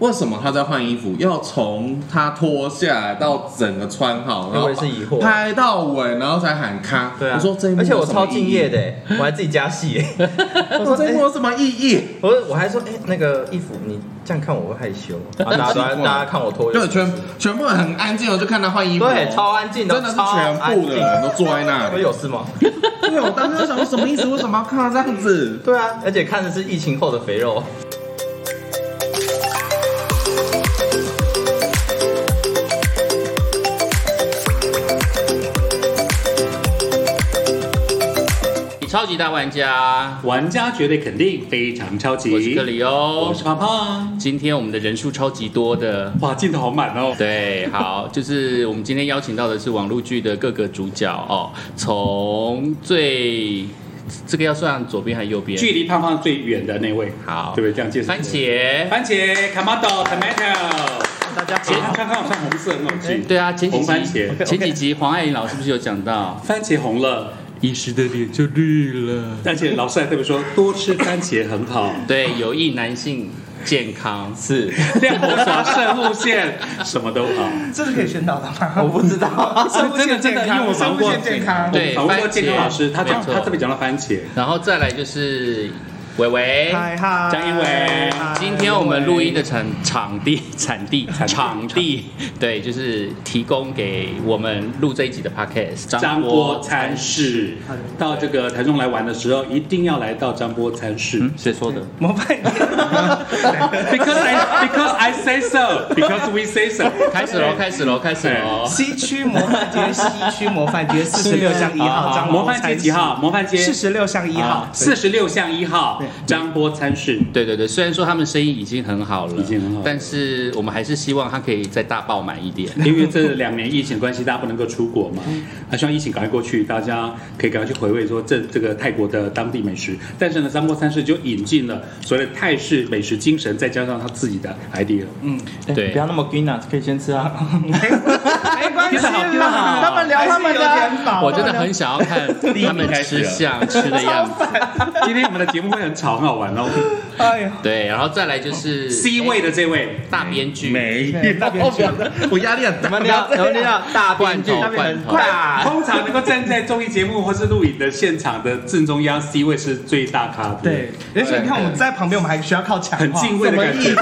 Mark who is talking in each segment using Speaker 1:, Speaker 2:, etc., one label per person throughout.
Speaker 1: 为什么他在换衣服，要从他脱下来到整个穿好，然
Speaker 2: 我
Speaker 1: 后
Speaker 2: 也是疑惑
Speaker 1: 拍到尾，然后才喊咔。
Speaker 2: 对啊，
Speaker 1: 我说这一幕
Speaker 2: 而且我
Speaker 1: 有什么
Speaker 2: 超敬业
Speaker 1: 意义，
Speaker 2: 的欸，我还自己加戏欸。 我
Speaker 1: 我说
Speaker 2: 说
Speaker 1: 这一
Speaker 2: 哎
Speaker 1: 幕有什么意义？
Speaker 2: 我我还说，哎、那个衣服你这样看我会害羞，然后大
Speaker 1: 很
Speaker 2: 家都
Speaker 1: 奇
Speaker 2: 在
Speaker 1: 怪
Speaker 2: 大家看我脱，
Speaker 1: 对，全全部人很安静，我就看他换衣服，哦
Speaker 2: 对超安静的
Speaker 1: 真的是
Speaker 2: 超
Speaker 1: 全
Speaker 2: 安
Speaker 1: 部的人都坐在那
Speaker 2: 我
Speaker 1: 里。
Speaker 2: 有事吗？
Speaker 1: 对，我当时就想说什么意思？为什么要看到这样子？
Speaker 2: 对啊，而且看的是疫情后的肥肉。
Speaker 3: 超级大玩家，
Speaker 4: 玩家绝对肯定非常超级。
Speaker 3: 我是克里
Speaker 4: 我
Speaker 3: 欧
Speaker 4: 是。胖胖。
Speaker 3: 今天我们的人数超级多的，
Speaker 4: 哇，镜头好满哦。
Speaker 3: 对，好，就是我们今天邀请到的是网络剧的各个主角哦，从最这个要算左边还是右边？
Speaker 4: 距离胖胖最远的那位，
Speaker 3: 好
Speaker 4: 对不对？这样介绍。
Speaker 3: 番，茄，
Speaker 4: 番茄，tomato tomato。
Speaker 2: 大家
Speaker 4: 前
Speaker 2: 好，
Speaker 4: 刚刚好像红色很好记。
Speaker 3: 对啊，前几
Speaker 4: 红番
Speaker 3: 集
Speaker 4: 茄，
Speaker 3: 前几集黄爱玲老师不是有讲到，
Speaker 4: 番茄红了。
Speaker 3: 一时的脸就绿了。
Speaker 4: 而且老师还特别说，多吃番茄很好，
Speaker 3: 对，有益男性健康是。
Speaker 4: 亮红爽、肾护腺， 什么都好。
Speaker 5: 这是可以宣导的吗？
Speaker 2: 我不知道，
Speaker 5: 生不
Speaker 4: 真的真
Speaker 5: 见
Speaker 4: 的，
Speaker 5: 健
Speaker 4: 因为
Speaker 5: 康，
Speaker 4: 我
Speaker 5: 生
Speaker 4: 访
Speaker 5: 不
Speaker 4: 过
Speaker 5: 见健康。
Speaker 3: 对
Speaker 4: 我访过健康
Speaker 3: 番茄
Speaker 4: 老师，他讲
Speaker 3: 没错
Speaker 4: 他特别讲到哎番茄。
Speaker 3: 然后再来就是伟伟，
Speaker 5: 嗨嗨，
Speaker 4: 张一伟
Speaker 5: 嗨
Speaker 3: 今天我们录音的场场地、场地、场地，对，就是提供给我们录这一集的 podcast
Speaker 4: 张波
Speaker 3: 波
Speaker 4: 餐室
Speaker 5: 好的，
Speaker 4: 到这个台中来玩的时候，一定要来到张波餐室。
Speaker 3: 谁说的？
Speaker 5: 膜拜你。
Speaker 4: Because I because I say so, because we say so。
Speaker 3: 开始喽，开始喽，开始喽！
Speaker 5: 西区模范街，西区模范街四十六巷一号，张
Speaker 4: 模范街几号？模范街
Speaker 5: 四十六巷一号，
Speaker 4: 四十六巷一号
Speaker 5: 对，
Speaker 4: 张波餐室。
Speaker 3: 对对对，虽然说他们生意已经很好了，
Speaker 4: 已经很好了
Speaker 3: 但是我们还是希望他可以再大爆满一点。
Speaker 4: 因为这两年疫情关系，大家不能够出国嘛，啊，希望疫情赶快过去，大家可以赶快去回味说这这个泰国的当地美食。但是呢，张波餐室就引进了所谓的泰式美食精神，再加上他自己的 idea。
Speaker 5: 嗯，
Speaker 3: 对
Speaker 2: 不要那么 green 啊，可以先吃啊。
Speaker 5: 没关系
Speaker 4: 听得好听得
Speaker 5: 啦
Speaker 4: 好，
Speaker 5: 他们聊他们
Speaker 2: 还是有
Speaker 5: 的。
Speaker 3: 我真的很想要 看他们吃相吃的样子。
Speaker 4: 今天我们的节目会很吵，很好玩哦。
Speaker 5: 哎呦，
Speaker 3: 对，然后再来就是
Speaker 4: C 位的这位
Speaker 3: 大编剧，
Speaker 4: 没
Speaker 5: 对大编剧，
Speaker 1: 我压力很
Speaker 2: 我
Speaker 1: 大。
Speaker 2: 们聊，我们聊大
Speaker 3: 罐
Speaker 2: 编剧
Speaker 3: 头，罐头。
Speaker 5: 啊
Speaker 2: 大
Speaker 4: 通常能够站在综艺节目或是录影的现场的正中央 C 位是最大咖的，
Speaker 5: 对，而且你看我们在旁边，我们还需要靠墙，
Speaker 4: 很敬畏的感觉。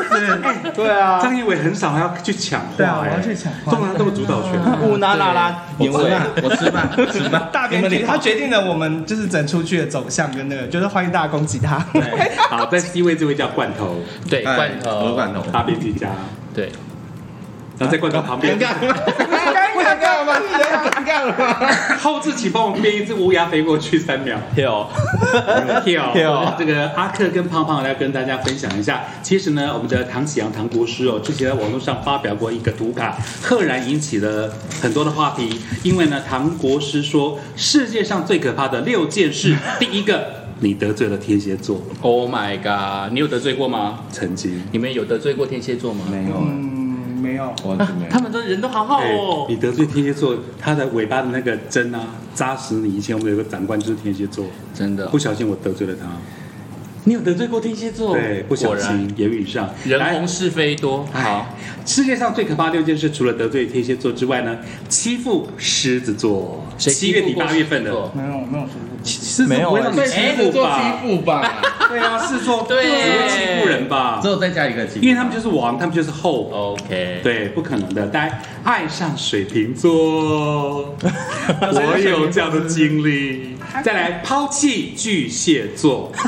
Speaker 5: 哎
Speaker 2: 对啊，
Speaker 4: 张艺伟很少要去抢话，
Speaker 5: 对啊
Speaker 4: 哎
Speaker 5: 我要去抢话
Speaker 4: 通常都有主导 权。
Speaker 2: 乌拉拉拉，
Speaker 3: 对
Speaker 2: 因为
Speaker 3: 我吃饭，我吃饭。
Speaker 5: 大编剧他决定了我们就是整出剧的走向跟那个，就是欢迎大家攻击他。
Speaker 4: 对，好，在 C 位这位叫罐头
Speaker 3: 对，罐
Speaker 1: 鹅
Speaker 3: 头，
Speaker 1: 哎罐头。
Speaker 2: 哎
Speaker 4: 大编剧家，
Speaker 3: 对，
Speaker 4: 然后在罐头旁边
Speaker 1: 尴，尬吗？
Speaker 5: 尴尬吗？尴尬了吗？
Speaker 4: 后置请帮我编一只乌鸦飞过去三秒。
Speaker 2: 有
Speaker 4: 跳
Speaker 2: 跳
Speaker 4: 这个阿克跟胖胖来跟大家分享一下。其实呢，我们的唐启阳唐国师哦，之前在网络上发表过一个图卡，赫然引起了很多的话题。因为呢，唐国师说世界上最可怕的六件事，第一个，你得罪了天蝎座，
Speaker 3: Oh my god！你有得罪过吗？
Speaker 4: 曾经。
Speaker 3: 你们有得罪过天蝎座吗？没有。
Speaker 5: 嗯，没有。
Speaker 1: 我怎么样？
Speaker 3: 他们都人都好好
Speaker 4: 哎
Speaker 3: 哦。
Speaker 4: 你得罪天蝎座，它的尾巴的那个针啊，扎死你。以前我们有个长官就是天蝎座，
Speaker 3: 真的
Speaker 4: 哎不，小心我得罪了他，
Speaker 3: 你有得罪过天蝎座？
Speaker 4: 对，不
Speaker 3: 哦
Speaker 4: 小
Speaker 3: 果然
Speaker 4: 心言语上
Speaker 3: 人
Speaker 4: 来
Speaker 3: 红是非多。好
Speaker 4: 哎，世界上最可怕的六件事，除了得罪天蝎座之外呢，欺负狮子座。
Speaker 3: 谁
Speaker 4: 七月底
Speaker 3: 欺负过
Speaker 4: 八月份的嗯
Speaker 3: 狮子座
Speaker 2: 没
Speaker 4: 狮子
Speaker 5: 没有没有说
Speaker 2: 有
Speaker 4: 不会让你
Speaker 2: 哎
Speaker 4: 欺负吧？
Speaker 1: 负 吧，
Speaker 4: 对啊，狮子座
Speaker 3: 对
Speaker 4: 只会欺负人吧
Speaker 1: 只？有再加一个欺负，
Speaker 4: 因为他们就是王，他们就是后。
Speaker 3: ，OK。
Speaker 4: 对，不可能的。大家爱上水瓶座，我有这样的经历。再来抛弃巨蟹座。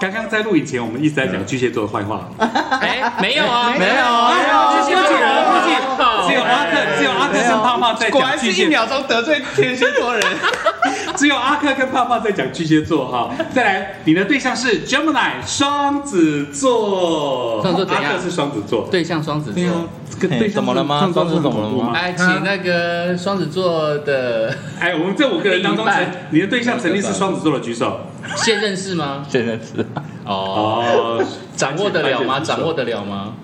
Speaker 4: 刚刚在录影前，我们一直在讲巨蟹座的坏话。
Speaker 3: 哎，没有 啊，
Speaker 5: 没有
Speaker 3: 哎
Speaker 4: 巨蟹座人抛弃，只有阿克，只有阿克跟胖胖在
Speaker 5: 果
Speaker 4: 讲
Speaker 5: 然
Speaker 4: 巨
Speaker 5: 是
Speaker 4: 蟹
Speaker 5: 一
Speaker 4: 座。
Speaker 5: 秒钟得罪天蝎座人。
Speaker 4: 只有阿克跟泡泡在讲巨蟹座哈。再来，你的对象是 Gemini 双子座，
Speaker 3: 双子座怎
Speaker 4: 阿
Speaker 3: 样
Speaker 4: 克是双子座。
Speaker 3: 对哦象双子
Speaker 4: 对啊
Speaker 3: 座。，
Speaker 4: 跟对象
Speaker 2: 嘿怎么了吗
Speaker 4: 是双子座
Speaker 2: 双子怎么了吗
Speaker 4: 很恐 怖
Speaker 3: 哎，请那个双子座的
Speaker 4: 哎，我们这五个人当中，
Speaker 3: 另一
Speaker 4: 陈
Speaker 3: 半
Speaker 4: 你的对象陈立是双子座的，举手。
Speaker 3: 现任是吗？
Speaker 2: 真的是
Speaker 3: 哦，
Speaker 4: 哦，
Speaker 3: 掌握得了吗？掌
Speaker 4: 握
Speaker 3: 握得了吗？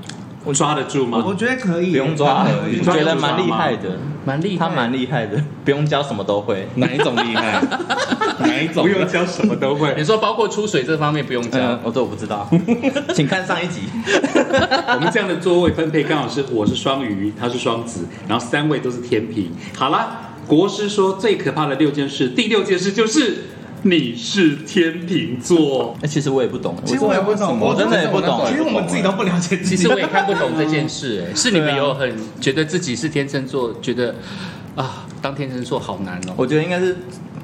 Speaker 4: 我哦抓得住
Speaker 5: 我
Speaker 4: 吗？
Speaker 5: 觉得可以，
Speaker 2: 不用抓
Speaker 5: 可以，
Speaker 2: 我觉得蛮厉害的，
Speaker 3: 蛮厉害
Speaker 2: 他
Speaker 3: 的
Speaker 2: 蛮厉害的， 不用教什么都会。
Speaker 1: 哪一种厉 害？哪一种？
Speaker 4: 不用教什么都 会
Speaker 3: 你。说包括出呃水这方面不用
Speaker 2: 嗯
Speaker 3: 讲，，
Speaker 2: 我这我不知道， 请看上一集。
Speaker 4: 我们这样的座位分配刚好是我是双鱼，他是双子，然后三位都是天平。好啦，国师说最可怕的六件事，第六件事就是你是天秤座。
Speaker 2: 那其实我也不懂，
Speaker 5: 其实我也不懂，
Speaker 2: 我真的也不懂
Speaker 5: 其实我们自己都不了解
Speaker 3: 其
Speaker 5: 自己
Speaker 3: 实。我也看不懂这件事、哎，是你们
Speaker 5: 对啊
Speaker 3: 有很觉得自己是天秤座，觉得啊，当天秤座好难哦、
Speaker 2: 我觉得应该是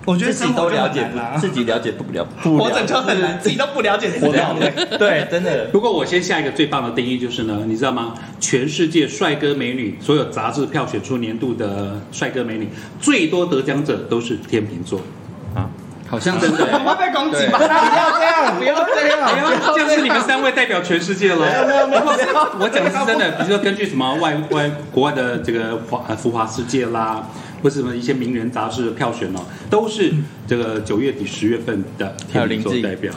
Speaker 5: 我觉得
Speaker 2: 自己
Speaker 5: 生
Speaker 2: 都
Speaker 5: 活就
Speaker 2: 了
Speaker 5: 很
Speaker 2: 解
Speaker 5: 难啊啦
Speaker 2: 不，自己了解不 了，不
Speaker 5: 活
Speaker 2: 了
Speaker 5: 着就很难，自己都不了解自
Speaker 2: 活
Speaker 5: 己
Speaker 2: 着。好累对，真的。
Speaker 4: 不过我先下一个最棒的定义就是呢，你知道吗？全世界帅哥美女，所有杂志票选出年度的帅哥美女，最多得奖者都是天秤座。
Speaker 3: 好像真的、
Speaker 5: 我
Speaker 3: 哎
Speaker 5: 会被攻击吧？不要这样，不要这样。
Speaker 4: 哎呀，这样是你们三位代表全世界了。我讲的是真的，比如说根据什么外外国外的这个华呃浮华世界啦，或是什么一些名人杂志的票选哦，都是这个九月底十月份的
Speaker 2: 还有
Speaker 4: 天秤座
Speaker 2: 林志颖
Speaker 4: 代表，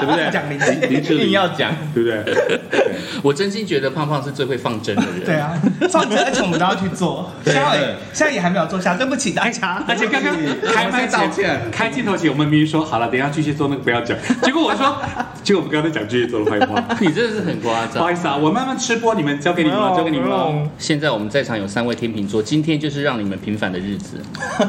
Speaker 4: 对不对？
Speaker 5: 讲林志颖
Speaker 4: 林志
Speaker 2: 一定
Speaker 4: 颖
Speaker 2: 要讲，
Speaker 4: 对不对？对
Speaker 3: 我真心觉得胖胖是最会放针的人。
Speaker 5: 对啊，放着，而且我们都要去做。现在也现在也还没有做下，对不起大家。
Speaker 4: 哎
Speaker 5: 嗯
Speaker 4: 而且刚刚开麦
Speaker 1: 我
Speaker 4: 前
Speaker 1: 先道歉
Speaker 4: 开镜头前，我们明明说好了，等一下巨蟹座那个不要讲，结果我说，结果我们刚才讲巨蟹座的坏话，
Speaker 3: 你真的是很夸
Speaker 4: 不好
Speaker 3: 张
Speaker 4: 意。思啊，我慢慢吃播，你们交给你们了，交给啊你们了，
Speaker 3: 现在我们在场有三位天秤座，今天就是让你们平凡的日子。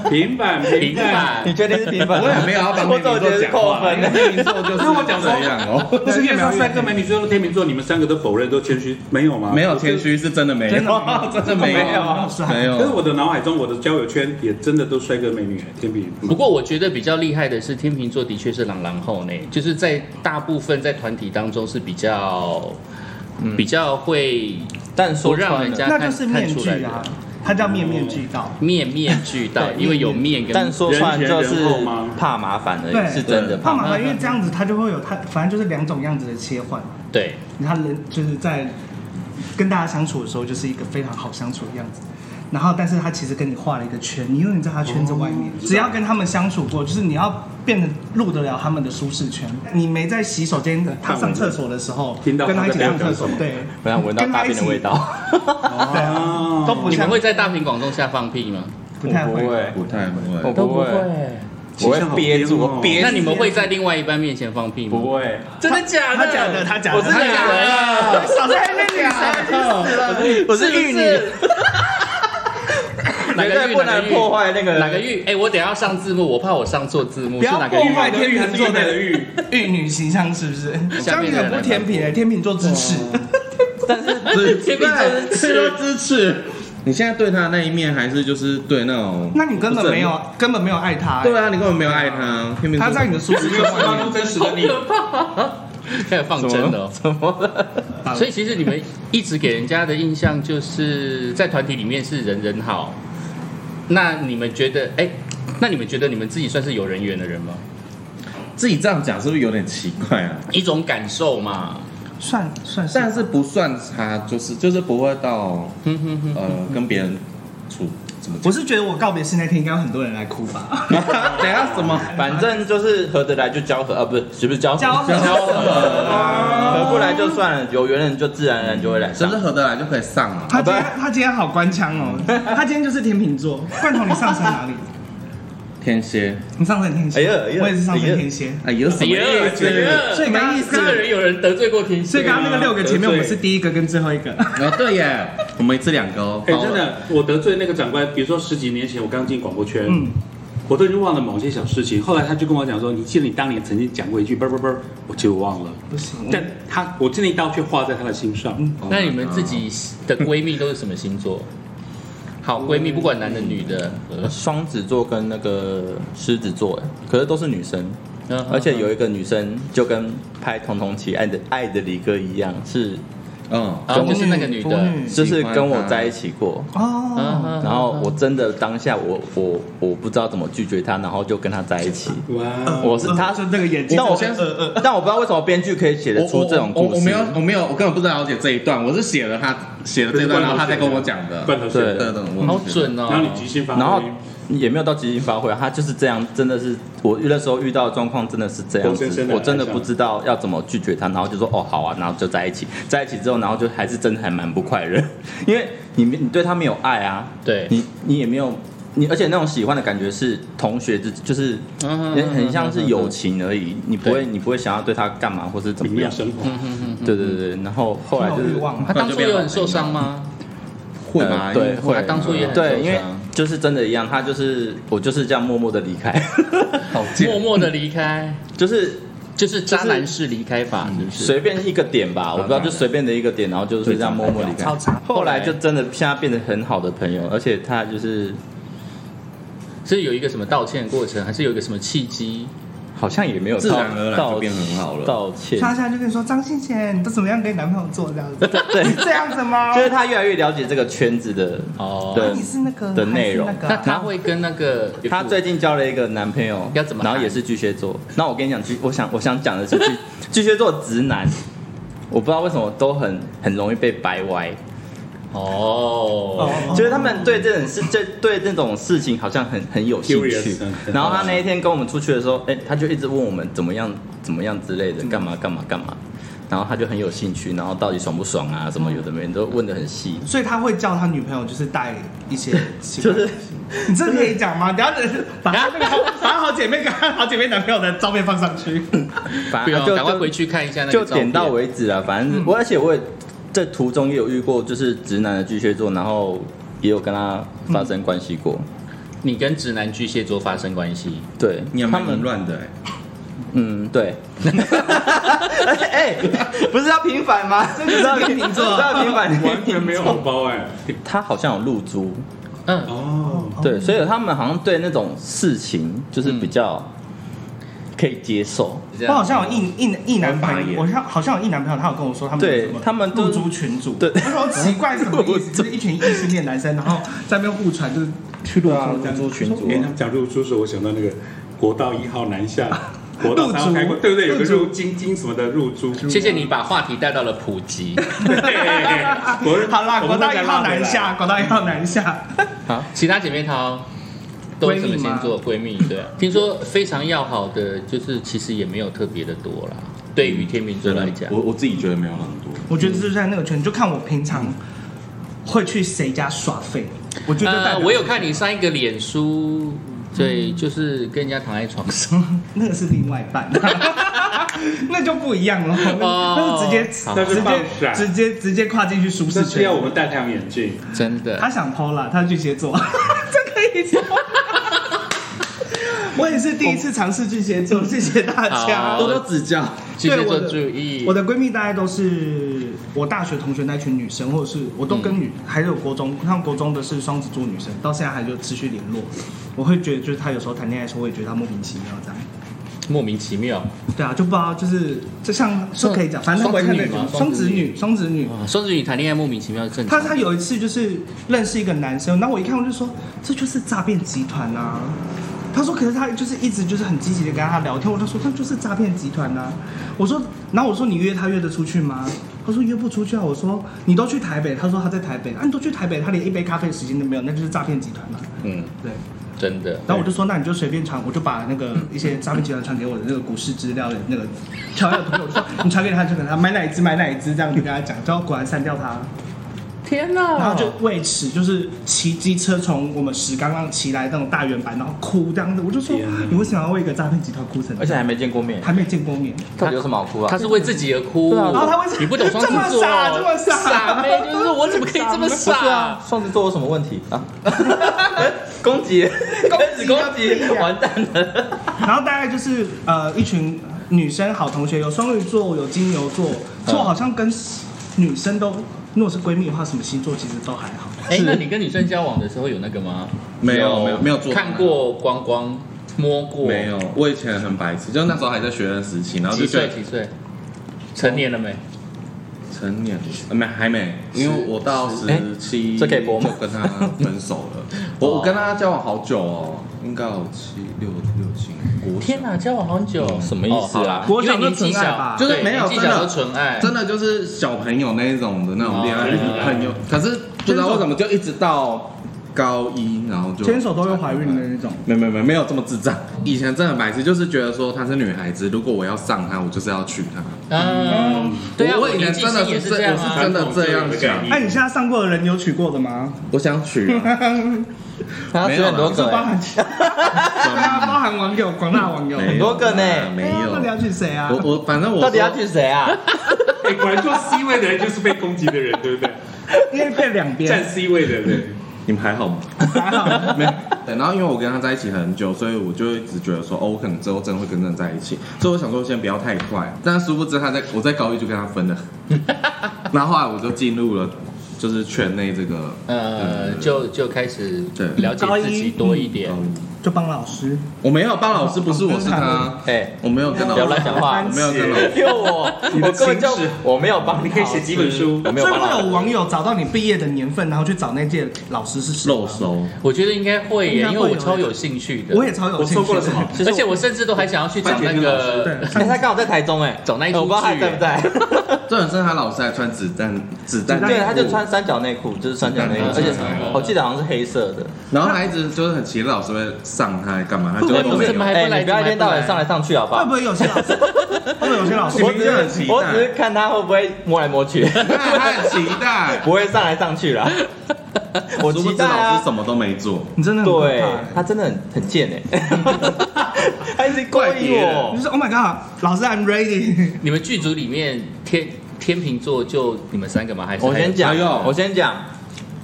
Speaker 4: 平板平
Speaker 3: 平
Speaker 4: 板。
Speaker 2: 你
Speaker 3: 凡，
Speaker 2: 确定是
Speaker 5: 啊
Speaker 2: 平凡？
Speaker 1: 我也没有要帮
Speaker 2: 我
Speaker 1: 天秤
Speaker 2: 总觉
Speaker 1: 座
Speaker 2: 得是
Speaker 1: 讲
Speaker 2: 扣
Speaker 1: 话，哎
Speaker 2: 分
Speaker 1: 因为天
Speaker 2: 的。
Speaker 1: 秤座就是
Speaker 4: 那我讲说
Speaker 1: 这样哦。
Speaker 4: 不是跟你说帅哥美女最后天秤座，你们三个都否认，都谦虚，没有吗？
Speaker 1: 没有谦虚是真的没有，
Speaker 5: 真的
Speaker 1: 真的没有，
Speaker 5: 没有啊
Speaker 1: 没
Speaker 4: 可是
Speaker 1: 有。
Speaker 4: 我的脑海中，我的交友圈也真的都帅哥美女，天秤。
Speaker 3: 不过我觉得比较厉害的是天秤座的确是朗朗后呢，就是在大部分在团体当中是比较、比较会
Speaker 2: 但说
Speaker 3: 不让
Speaker 2: 穿
Speaker 3: 人
Speaker 2: 了，
Speaker 3: 家
Speaker 5: 那
Speaker 3: 看
Speaker 5: 就是
Speaker 3: 看
Speaker 5: 面
Speaker 3: 出来
Speaker 5: 具
Speaker 3: 的
Speaker 5: 啊，它叫面面俱到。
Speaker 3: 面面俱到，
Speaker 2: 对
Speaker 3: 因为有面跟
Speaker 2: 但说穿了就
Speaker 4: 人前人后
Speaker 2: 是
Speaker 4: 吗
Speaker 2: 怕麻烦而
Speaker 5: 对
Speaker 2: 已，是真的
Speaker 5: 怕
Speaker 2: 怕
Speaker 5: 麻
Speaker 2: 麻
Speaker 5: 烦，
Speaker 2: 烦
Speaker 5: 因。为这样子它就会有它，反正就是两种样子的切换。
Speaker 3: 对。
Speaker 5: 他人就是在跟大家相处的时候，就是一个非常好相处的样子。然后，但是他其实跟你画了一个圈，你永远在他圈子外面。只要跟他们相处过，就是你要变得入得了他们的舒适圈。你没在洗手间，他上厕所的时候，
Speaker 4: 听到
Speaker 5: 跟他一起
Speaker 4: 他在
Speaker 5: 上
Speaker 4: 讲
Speaker 5: 厕
Speaker 4: 什
Speaker 5: 所
Speaker 4: 么，
Speaker 5: 对，
Speaker 2: 不然闻到
Speaker 5: 跟他
Speaker 2: 大便的
Speaker 5: 一起
Speaker 2: 味，道，
Speaker 5: 对啊，都不
Speaker 3: 你
Speaker 5: 像
Speaker 3: 们会在大庭广众下放屁吗？
Speaker 5: 不太
Speaker 2: 我
Speaker 5: 会
Speaker 2: 不。会，
Speaker 1: 不太
Speaker 2: 我
Speaker 1: 会，
Speaker 2: 不会，我
Speaker 4: 其实
Speaker 2: 会
Speaker 4: 好
Speaker 2: 憋住，
Speaker 4: 颠哦
Speaker 2: 我憋住。
Speaker 3: 那你们会在另外一半面前放屁吗？
Speaker 2: 不会？
Speaker 3: 真的假
Speaker 5: 他
Speaker 3: 的？
Speaker 5: 假的，他假的，
Speaker 2: 我是
Speaker 5: 他
Speaker 3: 真的假的？
Speaker 5: 少在那边女生死了。
Speaker 2: 我是玉女，
Speaker 3: 哪
Speaker 2: 绝
Speaker 3: 个
Speaker 2: 对
Speaker 3: 玉？
Speaker 2: 不能破坏那个
Speaker 3: 哪个玉？哎，我等一下上字幕，我怕我上错字幕。
Speaker 5: 不
Speaker 3: 是
Speaker 5: 要
Speaker 3: 哪个
Speaker 5: 破
Speaker 3: 玉？
Speaker 5: 坏
Speaker 4: 天
Speaker 5: 天
Speaker 4: 秤
Speaker 5: 秤
Speaker 4: 座
Speaker 5: 座
Speaker 4: 的
Speaker 5: 的
Speaker 4: 玉，
Speaker 5: 玉女形象是不是？
Speaker 3: 下
Speaker 5: 像
Speaker 3: 面
Speaker 5: 你
Speaker 3: 的人
Speaker 5: 很不天平欸，天秤座支持。
Speaker 2: 但是
Speaker 1: 天秤座吃到支持。你现在对他的那一面，还是就是对那种？
Speaker 5: 那你根本没有，根本没有爱他欸、
Speaker 1: 对啊，你根本没有爱他。天秤座
Speaker 5: 他在你的舒适圈外面。
Speaker 4: 真实的 你，
Speaker 3: 开始放真了哦。
Speaker 2: 怎么了？
Speaker 3: 所以其实你们一直给人家的印象就是在团体里面是人人好。那你们觉得，哎，那你们觉得你们自己算是有人缘的人吗？
Speaker 1: 自己这样讲，是不是有点奇怪啊？
Speaker 3: 一种感受嘛。
Speaker 5: 算算是，
Speaker 1: 但是不算差，就是就是不会到
Speaker 3: 哼哼哼。
Speaker 1: 呃跟别人处怎么讲？
Speaker 5: 我是觉得我告别式那天应该有很多人来哭 吧。
Speaker 1: 等一下什么？
Speaker 2: 反正就是合得来就交合啊，不是是不是交合？
Speaker 5: 交合
Speaker 2: 合不来就算了，有缘人就自然而然就会来
Speaker 1: 只
Speaker 2: 上
Speaker 1: 是。合得来就可以上啊。
Speaker 5: 他今天他今天好官腔 哦，他今天就是天秤座。罐头，你上升哪里？
Speaker 1: 天蝎，
Speaker 5: 你上升天蝎。
Speaker 2: 哎呀哎呀
Speaker 5: 我也是上升天蝎。
Speaker 1: 哎，有什么意思？
Speaker 5: 所以刚刚
Speaker 3: 这个人有人得罪过天哦
Speaker 5: 所以
Speaker 3: 蝎
Speaker 5: 刚刚那个六个前面，
Speaker 4: 对
Speaker 5: 我们是第一个跟最后一个。
Speaker 1: 啊，对耶，我们一次两个哦。
Speaker 4: 哎，真的，我得罪那个长官，比如说十几年前我刚进广播圈，
Speaker 5: 嗯，
Speaker 4: 我都已经忘了某些小事情，后来他就跟我讲说，你记得你当年曾经讲过一句，啵啵啵，我就忘了，
Speaker 5: 不行。
Speaker 4: 但他我这一刀却划在他的心上，
Speaker 1: 好，
Speaker 3: 那你们自己的闺蜜都是什么星座？好闺蜜，不管男的女的，
Speaker 2: 双子座跟那个狮子座，哎可是都是女生，
Speaker 3: 嗯
Speaker 2: 而且有一个女生就跟拍《童童奇爱的爱的里哥》一样，是
Speaker 1: 嗯，
Speaker 3: 然后啊就是那个女
Speaker 5: 腐
Speaker 3: 的，啊
Speaker 5: 女
Speaker 2: 就是跟我在一起过。
Speaker 5: 哦，
Speaker 2: 嗯然后我真的当下我我我不知道怎么拒绝她，然后就跟她在一起。
Speaker 4: 哇，
Speaker 2: 嗯我是她，
Speaker 5: 哦就那个眼睛。呃
Speaker 2: 但我
Speaker 1: 先
Speaker 2: 但我不知道为什么编剧可以写得出这种
Speaker 1: 我
Speaker 2: 故
Speaker 1: 我我没有
Speaker 2: 事。
Speaker 1: 我没有我根本不了解这一段，我是写了他写了这段，然后他再跟我讲的，
Speaker 4: 罐头写的，
Speaker 2: 对
Speaker 1: 等等，我
Speaker 3: 好准哦。
Speaker 4: 然后你即兴发
Speaker 2: 然后
Speaker 4: 挥，
Speaker 2: 也没有到即兴发挥啊，他就是这样，真的是我那时候遇到的状况真的是这样
Speaker 4: 活生
Speaker 2: 子
Speaker 4: 生，的
Speaker 2: 我真的
Speaker 4: 来上
Speaker 2: 不知道要怎么拒绝他，然后就说哦好啊，然后就在一起，在一起之后，然后就还是真的还蛮不快乐，因为你没你对他没有爱啊，
Speaker 3: 对，
Speaker 2: 你你也没有你，而且那种喜欢的感觉是同学之就是
Speaker 3: 嗯
Speaker 2: 很很像是友情而已，你不会你不会想要对他干嘛或是怎
Speaker 4: 你
Speaker 2: 么
Speaker 4: 没有
Speaker 2: 样，
Speaker 4: 生活，
Speaker 2: 对对对，然后后来
Speaker 5: 好
Speaker 2: 就
Speaker 5: 欲
Speaker 2: 是
Speaker 5: 望
Speaker 3: 他
Speaker 5: 啊，
Speaker 3: 当初有很受伤吗？
Speaker 1: 会吗？
Speaker 2: 呃对会
Speaker 3: 他当初也很受
Speaker 2: 对，因为
Speaker 3: 伤，
Speaker 2: 就是真的一样，他就是我就是这样默默的离开，
Speaker 1: 好
Speaker 3: 默
Speaker 1: 贱，
Speaker 3: 默的离开，
Speaker 2: 就是。
Speaker 3: 就是渣男式离开法，是不是？
Speaker 2: 随便一个点吧，我不知道，就随便的一个点，然后就是这样默默离开
Speaker 5: 超惨。
Speaker 2: 后来就真的现在变得很好的朋友，而且他就是
Speaker 3: 是有一个什么道歉过程，还是有一个什么契机？
Speaker 2: 好像也没有
Speaker 1: 自
Speaker 2: 道
Speaker 1: 然而然就变很好了
Speaker 2: 道歉，
Speaker 5: 他现在就跟你说张信贤，你都怎么样跟你男朋友做这样 子？
Speaker 2: 对，
Speaker 5: 是这样子吗？
Speaker 2: 就是他越来越了解这个圈子的
Speaker 3: 哦
Speaker 2: 对
Speaker 5: 你是那个
Speaker 2: 的内容
Speaker 5: 还是那个
Speaker 3: 那
Speaker 5: 啊
Speaker 3: 他会跟那个
Speaker 2: 她最近交了一个男朋友，
Speaker 3: 要怎么
Speaker 2: 然后
Speaker 3: 看
Speaker 2: 也是巨蟹座。那我跟你讲，巨，我想我想讲的是巨 巨蟹座直男，我不知道为什么都很很容易被掰歪，
Speaker 3: 哦，
Speaker 5: 哦
Speaker 2: 就是他们对这种事，这对那种事情好像很很有兴趣
Speaker 4: Curious，嗯。
Speaker 2: 然后他那一天跟我们出去的时候，哎、他就一直问我们怎么样怎么样之类的，干嘛干嘛干嘛。然后他就很有兴趣，然后到底爽不爽啊，什么有的没的都问的很细。
Speaker 5: 所以他会叫他女朋友就是带一些奇怪
Speaker 2: 就是
Speaker 5: 的东西， 你这可以讲吗？等一下
Speaker 2: 啊
Speaker 5: 把他那个好把他好姐妹跟他好姐妹男朋友的照片放上去，
Speaker 2: 反
Speaker 3: 不
Speaker 2: 正啊
Speaker 3: 用，
Speaker 2: 就
Speaker 3: 赶快
Speaker 2: 就
Speaker 3: 回去看一下那个
Speaker 2: 就
Speaker 3: 照片嗯
Speaker 2: 点到为止啊，反正我而且我也在途中也有遇过，就是直男的巨蟹座，然后也有跟他发生关系
Speaker 3: 嗯
Speaker 2: 过。
Speaker 3: 你跟直男巨蟹座发生关系，
Speaker 2: 对，
Speaker 1: 你还
Speaker 2: 他
Speaker 1: 蛮
Speaker 2: 们
Speaker 1: 淫乱的哎，
Speaker 2: 嗯，对。 哎、不是要平反吗？这
Speaker 5: 就是天秤座
Speaker 2: 知道平反，
Speaker 4: 完全没有红包哎，
Speaker 2: 他好像有露珠，
Speaker 3: 嗯，
Speaker 4: 哦，
Speaker 2: 对，所以他们好像对那种事情就是比较可以接受。
Speaker 3: 这
Speaker 5: 哦我
Speaker 3: 样
Speaker 5: 好像有一一一男
Speaker 1: 我很
Speaker 5: 朋
Speaker 1: 傻眼
Speaker 5: 友，我像好像有一男朋友，他有跟我说他们有
Speaker 2: 对
Speaker 5: 什么
Speaker 2: 他们都
Speaker 5: 露珠群主，
Speaker 2: 对
Speaker 5: 我说奇怪什 么意思？就是一群异性恋男生，然后在那边互传就是去露珠这样
Speaker 2: 露珠群啊主
Speaker 5: 我说
Speaker 4: 哎，他讲入出时，我想到那个国道一号南下，国道
Speaker 5: 入
Speaker 4: 三
Speaker 5: 珠
Speaker 4: 开过，对不对？有个
Speaker 5: 入珠
Speaker 4: 入金金什么的入珠，
Speaker 3: 谢谢你把话题带到了普 及，
Speaker 4: 对。我
Speaker 5: 好啦，
Speaker 4: 我
Speaker 5: 国
Speaker 4: 们
Speaker 5: 道
Speaker 4: 再
Speaker 5: 一
Speaker 4: 拉
Speaker 5: 号
Speaker 4: 回
Speaker 5: 南
Speaker 4: 来
Speaker 5: 下，国道一号南下，
Speaker 3: 其他姐妹淘都是什么星座？闺蜜 对啊，听说非常要好的，就是其实也没有特别的多啦。对于天秤座来讲，
Speaker 1: 我我自己觉得没有很多，
Speaker 5: 我觉得就是在那个圈，就看我平常会去谁家耍废，我觉得
Speaker 3: 呃，
Speaker 5: 就代表嗯
Speaker 3: 我有看你上一个脸书，对，就是跟人家躺在床上，
Speaker 5: 那个是另外一半， 那就不一样了，那是直接
Speaker 3: 哦好
Speaker 4: 那是放闪
Speaker 5: 直接直接直接跨进去舒
Speaker 4: 这
Speaker 5: 适
Speaker 4: 是要
Speaker 5: 圈
Speaker 4: 我。们戴太阳眼镜，
Speaker 3: 真的
Speaker 5: 他想剖了，他是巨蟹座， 这可以说。我也是第一次尝试巨蟹座，谢谢大家。
Speaker 3: 好
Speaker 1: 多多指教。
Speaker 3: 巨蟹座
Speaker 5: 对我的
Speaker 3: 注意
Speaker 5: 我。的闺蜜大概都是我大学同学那群女生，或者是我都跟女，
Speaker 3: 嗯
Speaker 5: 还有国中，像国中的是双子座女生，到现在还就持续联络。我会觉得，就是她有时候谈恋爱的时候，我也觉得她莫名其妙这样。
Speaker 3: 莫名其妙。
Speaker 5: 对啊，就不知道，就是就像是可以讲，反正我也看那
Speaker 3: 双子女吗
Speaker 5: 双子女，双子女。
Speaker 3: 啊双子女谈恋爱莫名其妙是正
Speaker 5: 她
Speaker 3: 常。
Speaker 5: 她有一次就是认识一个男生，然后我一看我就说这就是诈骗集团啊。她说可是她就是一直就是很积极的跟他聊天，我就说他就是诈骗集团啊。我说，然后我说你约他约得出去吗？她说约不出去啊。我说你都去台北，她说她在台北，啊你都去台北，她连一杯咖啡的时间都没有，那就是诈骗集团嘛、啊
Speaker 3: 嗯，
Speaker 5: 对。
Speaker 3: 真的。
Speaker 5: 然后我就说，那你就随便传，我就把那个一些诈骗集团传给我的那个股市资料的那个调料朋友说，你传给他，传给他，买哪一只，买哪一只，这样子跟他讲，然后果然删掉他，
Speaker 3: 天哪
Speaker 5: 然后就为此就是骑机车从我们石冈上骑来那种大圆板，然后哭这样子，我就说
Speaker 4: 天哪
Speaker 5: 你为什么要为一个诈骗集团哭成这
Speaker 2: 而且
Speaker 5: 样？
Speaker 2: 还没见过面，
Speaker 5: 还没见过面，
Speaker 2: 到底有什么好哭
Speaker 3: 他
Speaker 2: 啊？
Speaker 3: 是为自己而哭，
Speaker 2: 对啊
Speaker 5: 然后他为什么
Speaker 3: 你不懂双子座，
Speaker 5: 这么傻这么傻
Speaker 3: 妹就是我怎么可以这么
Speaker 2: 不是啊
Speaker 3: 傻？，
Speaker 2: 双子座有什么问题啊？ 攻击，开始攻击，完蛋了！
Speaker 5: 然后大概就是呃一群女生好同学，有双鱼座，有金牛座，所以我好像跟女生都，如果是闺蜜的话，什么星座其实都还好。
Speaker 3: 哎，
Speaker 2: 是
Speaker 3: 那你跟女生交往的时候有那个吗？
Speaker 1: 没有没有没有做
Speaker 3: 看过光光，摸过
Speaker 1: 没？有，我以前很白痴，就是那时候还在学生时期，然后
Speaker 3: 几
Speaker 1: 就觉
Speaker 3: 岁
Speaker 1: 得
Speaker 3: 几岁？成年了没？
Speaker 1: 成年呃没还没，因为我到
Speaker 2: 哎
Speaker 1: 十七
Speaker 2: 这可以播
Speaker 1: 就
Speaker 2: 吗
Speaker 1: 跟他分手了。我我跟他交往好久哦，应该有七六六七国小
Speaker 3: 天哪，交往好久，
Speaker 2: 什么意思啊
Speaker 3: 哦好啦
Speaker 5: 国小
Speaker 3: 因为年纪
Speaker 5: 就纯爱
Speaker 3: 小
Speaker 5: 吧
Speaker 1: 就是
Speaker 3: 对
Speaker 1: 没有
Speaker 3: 年纪
Speaker 1: 真的
Speaker 3: 小都纯爱，
Speaker 1: 真的就是小朋友那一种的那种恋爱
Speaker 3: 哦，
Speaker 1: 很有，可是不知道为什么就一直到高一，然后就
Speaker 5: 牵手都会怀孕的那种。
Speaker 1: 没没没没有这么智障。以前真的白痴，就是觉得说她是女孩子，如果我要上她，我就是要娶她。
Speaker 3: 嗯，对啊，
Speaker 1: 我以
Speaker 3: 年
Speaker 1: 前
Speaker 3: 纪
Speaker 1: 真的
Speaker 3: 轻也
Speaker 1: 是
Speaker 3: 这样
Speaker 1: 我是
Speaker 3: 啊，
Speaker 1: 真的这样想，
Speaker 5: 哎、你现在上过的人有娶过的吗？
Speaker 1: 我想娶啊、
Speaker 2: 他
Speaker 1: 没
Speaker 2: 追
Speaker 1: 有
Speaker 2: 很多
Speaker 1: 啦
Speaker 5: 就
Speaker 2: 个
Speaker 5: 包
Speaker 2: 欸，
Speaker 5: 含，对啊，包含网友、广大网友。
Speaker 1: 没有
Speaker 2: 很多个呢
Speaker 1: 啊没
Speaker 5: 哎呀到底要
Speaker 1: 有。
Speaker 5: 娶谁啊？
Speaker 1: 我我反正我
Speaker 2: 到底要娶谁啊？
Speaker 4: 哎，果然做 C 位的人就是被攻击的人，对不对？
Speaker 5: 因为被两
Speaker 4: 站
Speaker 5: 边
Speaker 4: C 位的人，
Speaker 1: 你们还好吗？
Speaker 5: 还好，
Speaker 1: 没有。对，然后因为我跟他在一起很久，所以我就一直觉得说，哦，我可能之后真的会跟人在一起，所以我想说先不要太快。但殊不知他在我在高一就跟他 分了，然后后来我就进入了就是圈内这个
Speaker 3: 呃，
Speaker 1: 嗯
Speaker 3: 就就开始
Speaker 1: 对嗯
Speaker 3: 了解自己多一点
Speaker 1: 高，一
Speaker 5: 就帮老师。
Speaker 1: 我没有，帮老师不是我是他，
Speaker 2: 哎，
Speaker 1: 我没有跟老
Speaker 2: 不要
Speaker 1: 师，
Speaker 2: 乱讲话
Speaker 1: 我，没有跟老师，
Speaker 2: 又我，
Speaker 4: 你的
Speaker 2: 我根本就
Speaker 4: 心事
Speaker 2: 我没有帮
Speaker 4: 你可以写几本书
Speaker 2: 我没有
Speaker 5: 所以
Speaker 2: 帮
Speaker 5: 会
Speaker 2: 老
Speaker 5: 有
Speaker 2: 师。
Speaker 5: 网友找到你毕业的年份，然后去找那届老师是谁吗
Speaker 1: 漏收。
Speaker 3: 我觉得应该会耶，
Speaker 5: 应该
Speaker 3: 因
Speaker 5: 会
Speaker 3: 为我
Speaker 5: 有
Speaker 3: 超有兴趣的，
Speaker 5: 我也超有
Speaker 4: 我
Speaker 5: 兴趣。
Speaker 4: 错过了什么？？
Speaker 3: 而且我甚至都还想要去找那
Speaker 4: 班杰明老
Speaker 3: 个
Speaker 5: 对，
Speaker 2: 哎，他刚好在台中哎，
Speaker 3: 找那一
Speaker 2: 我
Speaker 3: 出
Speaker 2: 不知道他
Speaker 3: 剧
Speaker 2: 在不在。
Speaker 1: 这本身他老师还穿子弹子弹，
Speaker 2: 对，他就穿，三角内裤，就是三角内裤，而
Speaker 1: 三
Speaker 2: 且
Speaker 1: 角
Speaker 3: 内裤
Speaker 2: 我记得好像是黑色的。
Speaker 1: 然后他一直就是很期待老师会上他干嘛，他就
Speaker 3: 哎
Speaker 1: 都
Speaker 3: 不
Speaker 1: 没有
Speaker 3: 是怎么。还
Speaker 2: 哎，
Speaker 3: 不来？
Speaker 2: 你不要一天到晚上来上去好不
Speaker 5: 会
Speaker 2: 好
Speaker 5: 不？会有些老师？会不会有些老师
Speaker 1: 我
Speaker 2: 我
Speaker 1: 只
Speaker 2: 只
Speaker 1: 是
Speaker 2: 是我只是看他会不会摸来摸去，
Speaker 1: 他很期待，
Speaker 2: 不会上来上 去啦。我
Speaker 1: 殊不
Speaker 2: 期
Speaker 1: 知
Speaker 2: 待
Speaker 1: 老师
Speaker 2: 啊
Speaker 1: 什，么都没做，
Speaker 5: 你真的很可
Speaker 2: 对
Speaker 5: 怕
Speaker 2: 他真的很很贱 哎，他一直哦勾引
Speaker 5: 欸。
Speaker 2: 我
Speaker 5: 你。就说 Oh my God，老师 I'm ready。
Speaker 3: 你们剧组里面天天秤座就你们三个吗？还是
Speaker 2: 我先讲
Speaker 1: 哎呦，
Speaker 2: 我先讲，